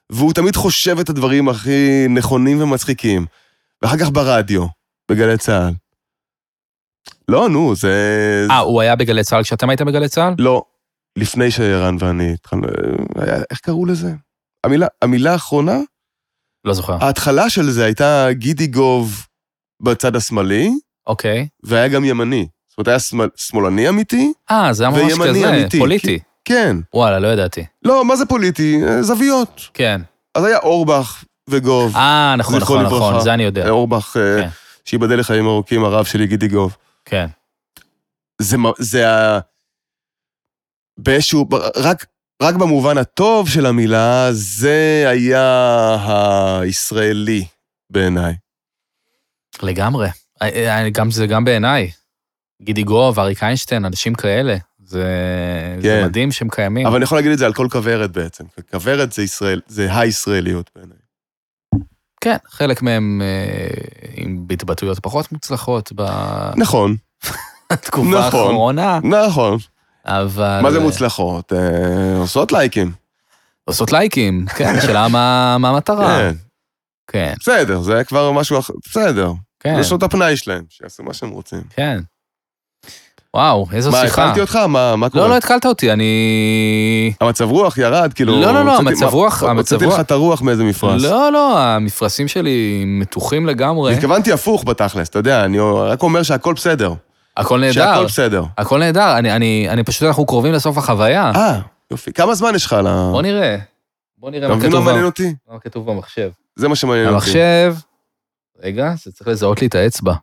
C: והוא תמיד חושב את הדברים הכי נכונים ומצחיקים. ואחר כך ברדיו, בגלי צה"ל. לא, נו, זה...
B: אה, הוא היה בגלי צה"ל כשאתם הייתם בגלי צה"ל?
C: לא, לפני שערן ואני התחלנו... היה- איך קראו לזה? המילה, המילה האחרונה?
B: לא זוכר.
C: אה. ההתחלה של זה הייתה גידי גוב בצד השמאלי,
B: אוקיי.
C: והיה גם ימני. זאת אומרת, היה שמאל- שמאלני אמיתי?
B: אה, זה היה ממש
C: וימני
B: כזה,
C: אמיתי,
B: פוליטי.
C: כן.
B: וואלה, לא ידעתי.
C: לא, מה זה פוליטי? אה, זוויות.
B: כן.
C: אז היה אורבך וגוב.
B: אה, נכון,
C: זכרו
B: נכון, נכון,
C: לברכה.
B: זה אני יודע.
C: היה אורבך, אה,
B: כן.
C: שייבדל לחיים ארוכים, הרב שלי גידי גוב.
B: כן.
C: אוקיי. זה, מ- זה ה... באיזשהו... ב- רק, רק במובן הטוב של המילה, זה היה הישראלי בעיניי.
B: לגמרי. אה, אה, גם זה גם בעיניי. גידי גוב, אריק איינשטיין, אנשים כאלה. זה, זה
C: כן.
B: מדהים שהם קיימים.
C: אבל אני יכול להגיד את זה על כל כוורת בעצם. כוורת זה ישראל, זה הישראליות בעיניי.
B: כן, חלק מהם אה, עם התבטאויות פחות מוצלחות בתקופה
C: נכון, נכון.
B: האחרונה,
C: נכון.
B: אבל...
C: מה זה מוצלחות? אה, עושות לייקים.
B: עושות לייקים, כן, השאלה מה מה המטרה.
C: כן,
B: כן,
C: בסדר, זה כבר משהו אחר, בסדר.
B: כן,
C: זה שעות הפנאי שלהם, שיעשו מה שהם רוצים.
B: כן. וואו, איזו
C: מה,
B: שיחה.
C: הכנתי אותך? מה מה
B: לא,
C: קורה?
B: לא התקלת אותי, אני...
C: המצב רוח ירד, כאילו...
B: לא, לא, לא,
C: הוצאתי-
B: המצב
C: מה,
B: רוח- המצב
C: הוצאתי
B: רוח-
C: לך את הרוח מאיזה מפרש.
B: לא, לא, המפרשים שלי מתוחים לגמרי.
C: התכוונתי הפוך בתכלס, אתה יודע, אני רק אומר שהכל בסדר.
B: הכל נהדר,
C: שהכל בסדר.
B: הכל נהדר, אני- אני אני פשוט, אנחנו קרובים לסוף החוויה.
C: אה, יופי. כמה זמן יש לך על ה...
B: בוא נראה. בוא נראה
C: אתה
B: מה
C: מבין מה
B: כתוב
C: מעניין
B: ב-
C: אותי?
B: מה כתוב במחשב.
C: זה מה שמעניין אותי.
B: המחשב... רגע, זה צריך לזהות לי את האצבע.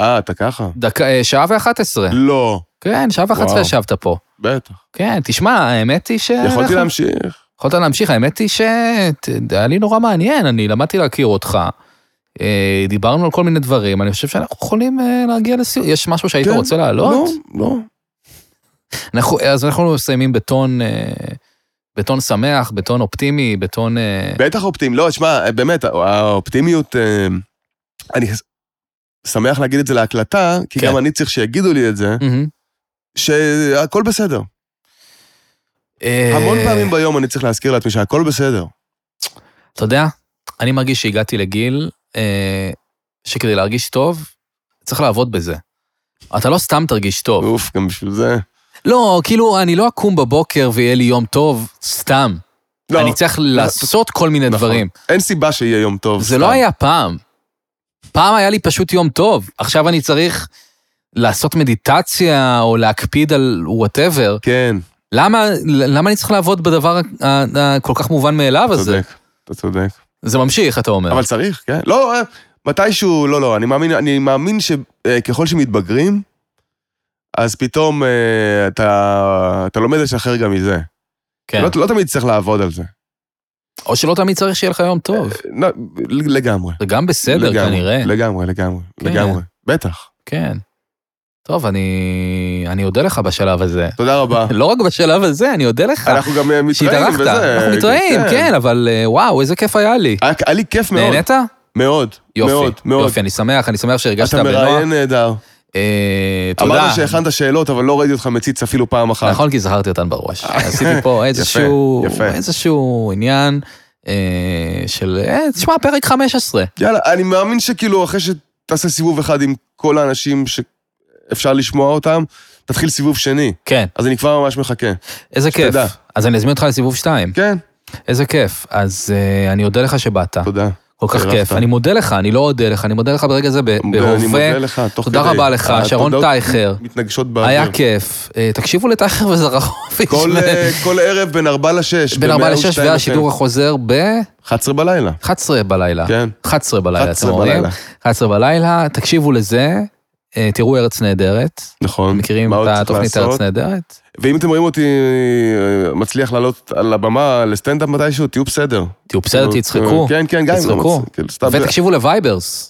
C: אה, אתה ככה?
B: דקה, אה, שעה ואחת עשרה.
C: לא,
B: כן, שעה ואחת עשרה
C: וואו.
B: ישבת פה.
C: בטח.
B: כן, תשמע, האמת היא ש...
C: יכולתי
B: אנחנו-
C: להמשיך.
B: יכולת להמשיך, האמת היא ש... ת- היה לי נורא מעניין, אני למדתי להכיר אותך. אה, דיברנו על כל מיני דברים, אני חושב שאנחנו יכולים אה, להגיע לסיום. יש משהו שהיית
C: כן.
B: רוצה להעלות?
C: לא, לא.
B: אנחנו- אז אנחנו מסיימים בטון... אה, בטון שמח, בטון אופטימי, בטון... אה,
C: בטח אופטימי. לא, תשמע, באמת, האופטימיות... אה, אני שמח להגיד את זה להקלטה, כי
B: כן.
C: גם אני צריך שיגידו לי את זה,
B: מהמם.
C: שהכל בסדר.
B: אה,
C: המון פעמים ביום אני צריך להזכיר לעצמי שהכל בסדר.
B: אתה יודע, אני מרגיש שהגעתי לגיל אה, שכדי להרגיש טוב, צריך לעבוד בזה. אתה לא סתם תרגיש טוב.
C: אוף, גם בשביל זה.
B: לא, כאילו, אני לא אקום בבוקר ויהיה לי יום טוב סתם.
C: לא,
B: אני צריך לעשות כל מיני
C: נכון.
B: דברים.
C: אין סיבה שיהיה יום טוב.
B: זה לא
C: סתם.
B: היה פעם. פעם היה לי פשוט יום טוב, עכשיו אני צריך לעשות מדיטציה או להקפיד על וואטאבר.
C: כן,
B: למה, למה אני צריך לעבוד בדבר ה- ה- הכל כך מובן מאליו
C: אתה
B: הזה?
C: צודק. אתה צודק.
B: זה ממשיך, אתה אומר.
C: אבל צריך, כן. לא, אה, מתישהו, לא, לא, אני מאמין, אני מאמין שככל שמתבגרים, אז פתאום אה, אתה, אתה לומד לשחרר גם מזה.
B: כן.
C: לא, לא תמיד צריך לעבוד על זה.
B: או שלא תמיד צריך שיהיה לך יום טוב.
C: לא, לגמרי.
B: זה גם בסדר,
C: לגמרי,
B: כנראה.
C: לגמרי, לגמרי,
B: כן.
C: לגמרי. בטח.
B: כן. טוב, אני אני אודה לך בשלב הזה.
C: תודה
B: (laughs)
C: רבה.
B: לא רק בשלב הזה, אני אודה לך.
C: אנחנו גם אה, מתראים
B: שהתארחת,
C: וזה. אה,
B: אנחנו מתראים, כן, אבל אה, וואו, איזה כיף היה לי.
C: היה היה לי כיף אה, מאוד.
B: נהנית?
C: מאוד.
B: יופי,
C: מאוד, מאוד.
B: יופי, אני שמח, אני שמח שהרגשת
C: אתה
B: בנוח.
C: מראיין נהדר.
B: אה, תודה.
C: אמרת שהכנת שאלות, אבל לא ראיתי אותך מציץ אפילו פעם אחת.
B: נכון, כי זכרתי אותן בראש. עשיתי
C: (laughs)
B: פה איזשהו,
C: אה, יפה.
B: איזשהו עניין אה, של, אה, תשמע, פרק 15.
C: יאללה, אני מאמין שכאילו אחרי שתעשה סיבוב אחד עם כל האנשים שאפשר לשמוע אותם, תתחיל סיבוב שני.
B: כן,
C: אז אני כבר ממש מחכה.
B: איזה כיף.
C: שתדע.
B: אז אני אזמין אותך לסיבוב 2.
C: כן,
B: איזה כיף. אז אה, אני אודה לך שבאת.
C: תודה.
B: כל כך
C: אירחת.
B: כיף. אני מודה לך, אני לא אודה לך, אני מודה לך ברגע זה ב-
C: אוקיי, אני
B: בהווה.
C: מודה לך, תוך כדי. אה,
B: תודה רבה לך, שרון
C: התודות
B: טייכר.
C: מתנגשות
B: היה
C: באוויר.
B: כיף. אה, תקשיבו לטייכר וזרחוביץ'.
C: כל, אה, כל ערב בין 4 ל-6.
B: (laughs) בין 4 ל-6 והשידור החוזר ב-11
C: 11 בלילה,
B: בלילה.
C: כן.
B: 11 בלילה, אתם
C: 11
B: אומרים?
C: בלילה.
B: 11 בלילה, תקשיבו לזה, אה, תראו ארץ נהדרת.
C: נכון.
B: מכירים
C: מה עוד
B: את
C: צריך
B: התוכנית
C: לעשות?
B: ארץ נהדרת?
C: ואם אתם רואים אותי אה, מצליח לעלות על הבמה לסטנדאפ מתישהו, תהיו בסדר.
B: תהיו בסדר,
C: כאילו,
B: תצחקו.
C: כן, כן, גם אם לא
B: תצחקו.
C: מצליח, כאילו, סתם.
B: ותקשיבו לווייברס.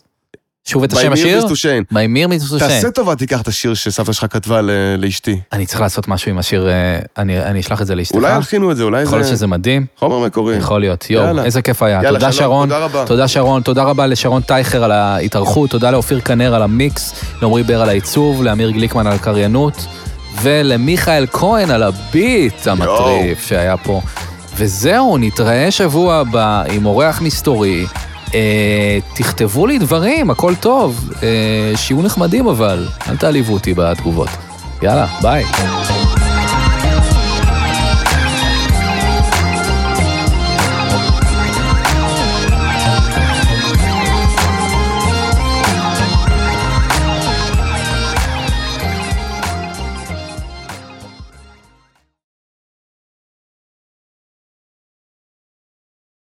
B: שוב את השם
C: By me
B: השיר?
C: is to shame.
B: מימיר מיסטושן.
C: תעשה טובה, תיקח את השיר שסבתא שלך כתבה ל- לאשתי.
B: אני צריך לעשות משהו עם השיר, אה, אני אני אשלח את זה לאשתך.
C: אולי הלחינו את זה, אולי
B: יכול להיות
C: זה
B: שזה מדהים,
C: חומר מקורי.
B: יכול להיות. יואו,
C: יאללה.
B: איזה כיף היה.
C: יאללה,
B: תודה
C: שלום,
B: שרון.
C: תודה רבה.
B: תודה שרון, תודה רבה לשרון טייכר על ההתארחות, תודה לאופיר כנר על המיקס, לעמרי בר על העיצוב, לאמיר גליקמן על הקריינות, ולמיכאל כהן על הביט המטריף שהיה פה. וזהו, נתראה שבוע הבא עם אורח מסתורי. אה, תכתבו לי דברים, הכל טוב. אה, שיהיו נחמדים אבל, אל תעליבו אותי בתגובות. יאללה, ביי.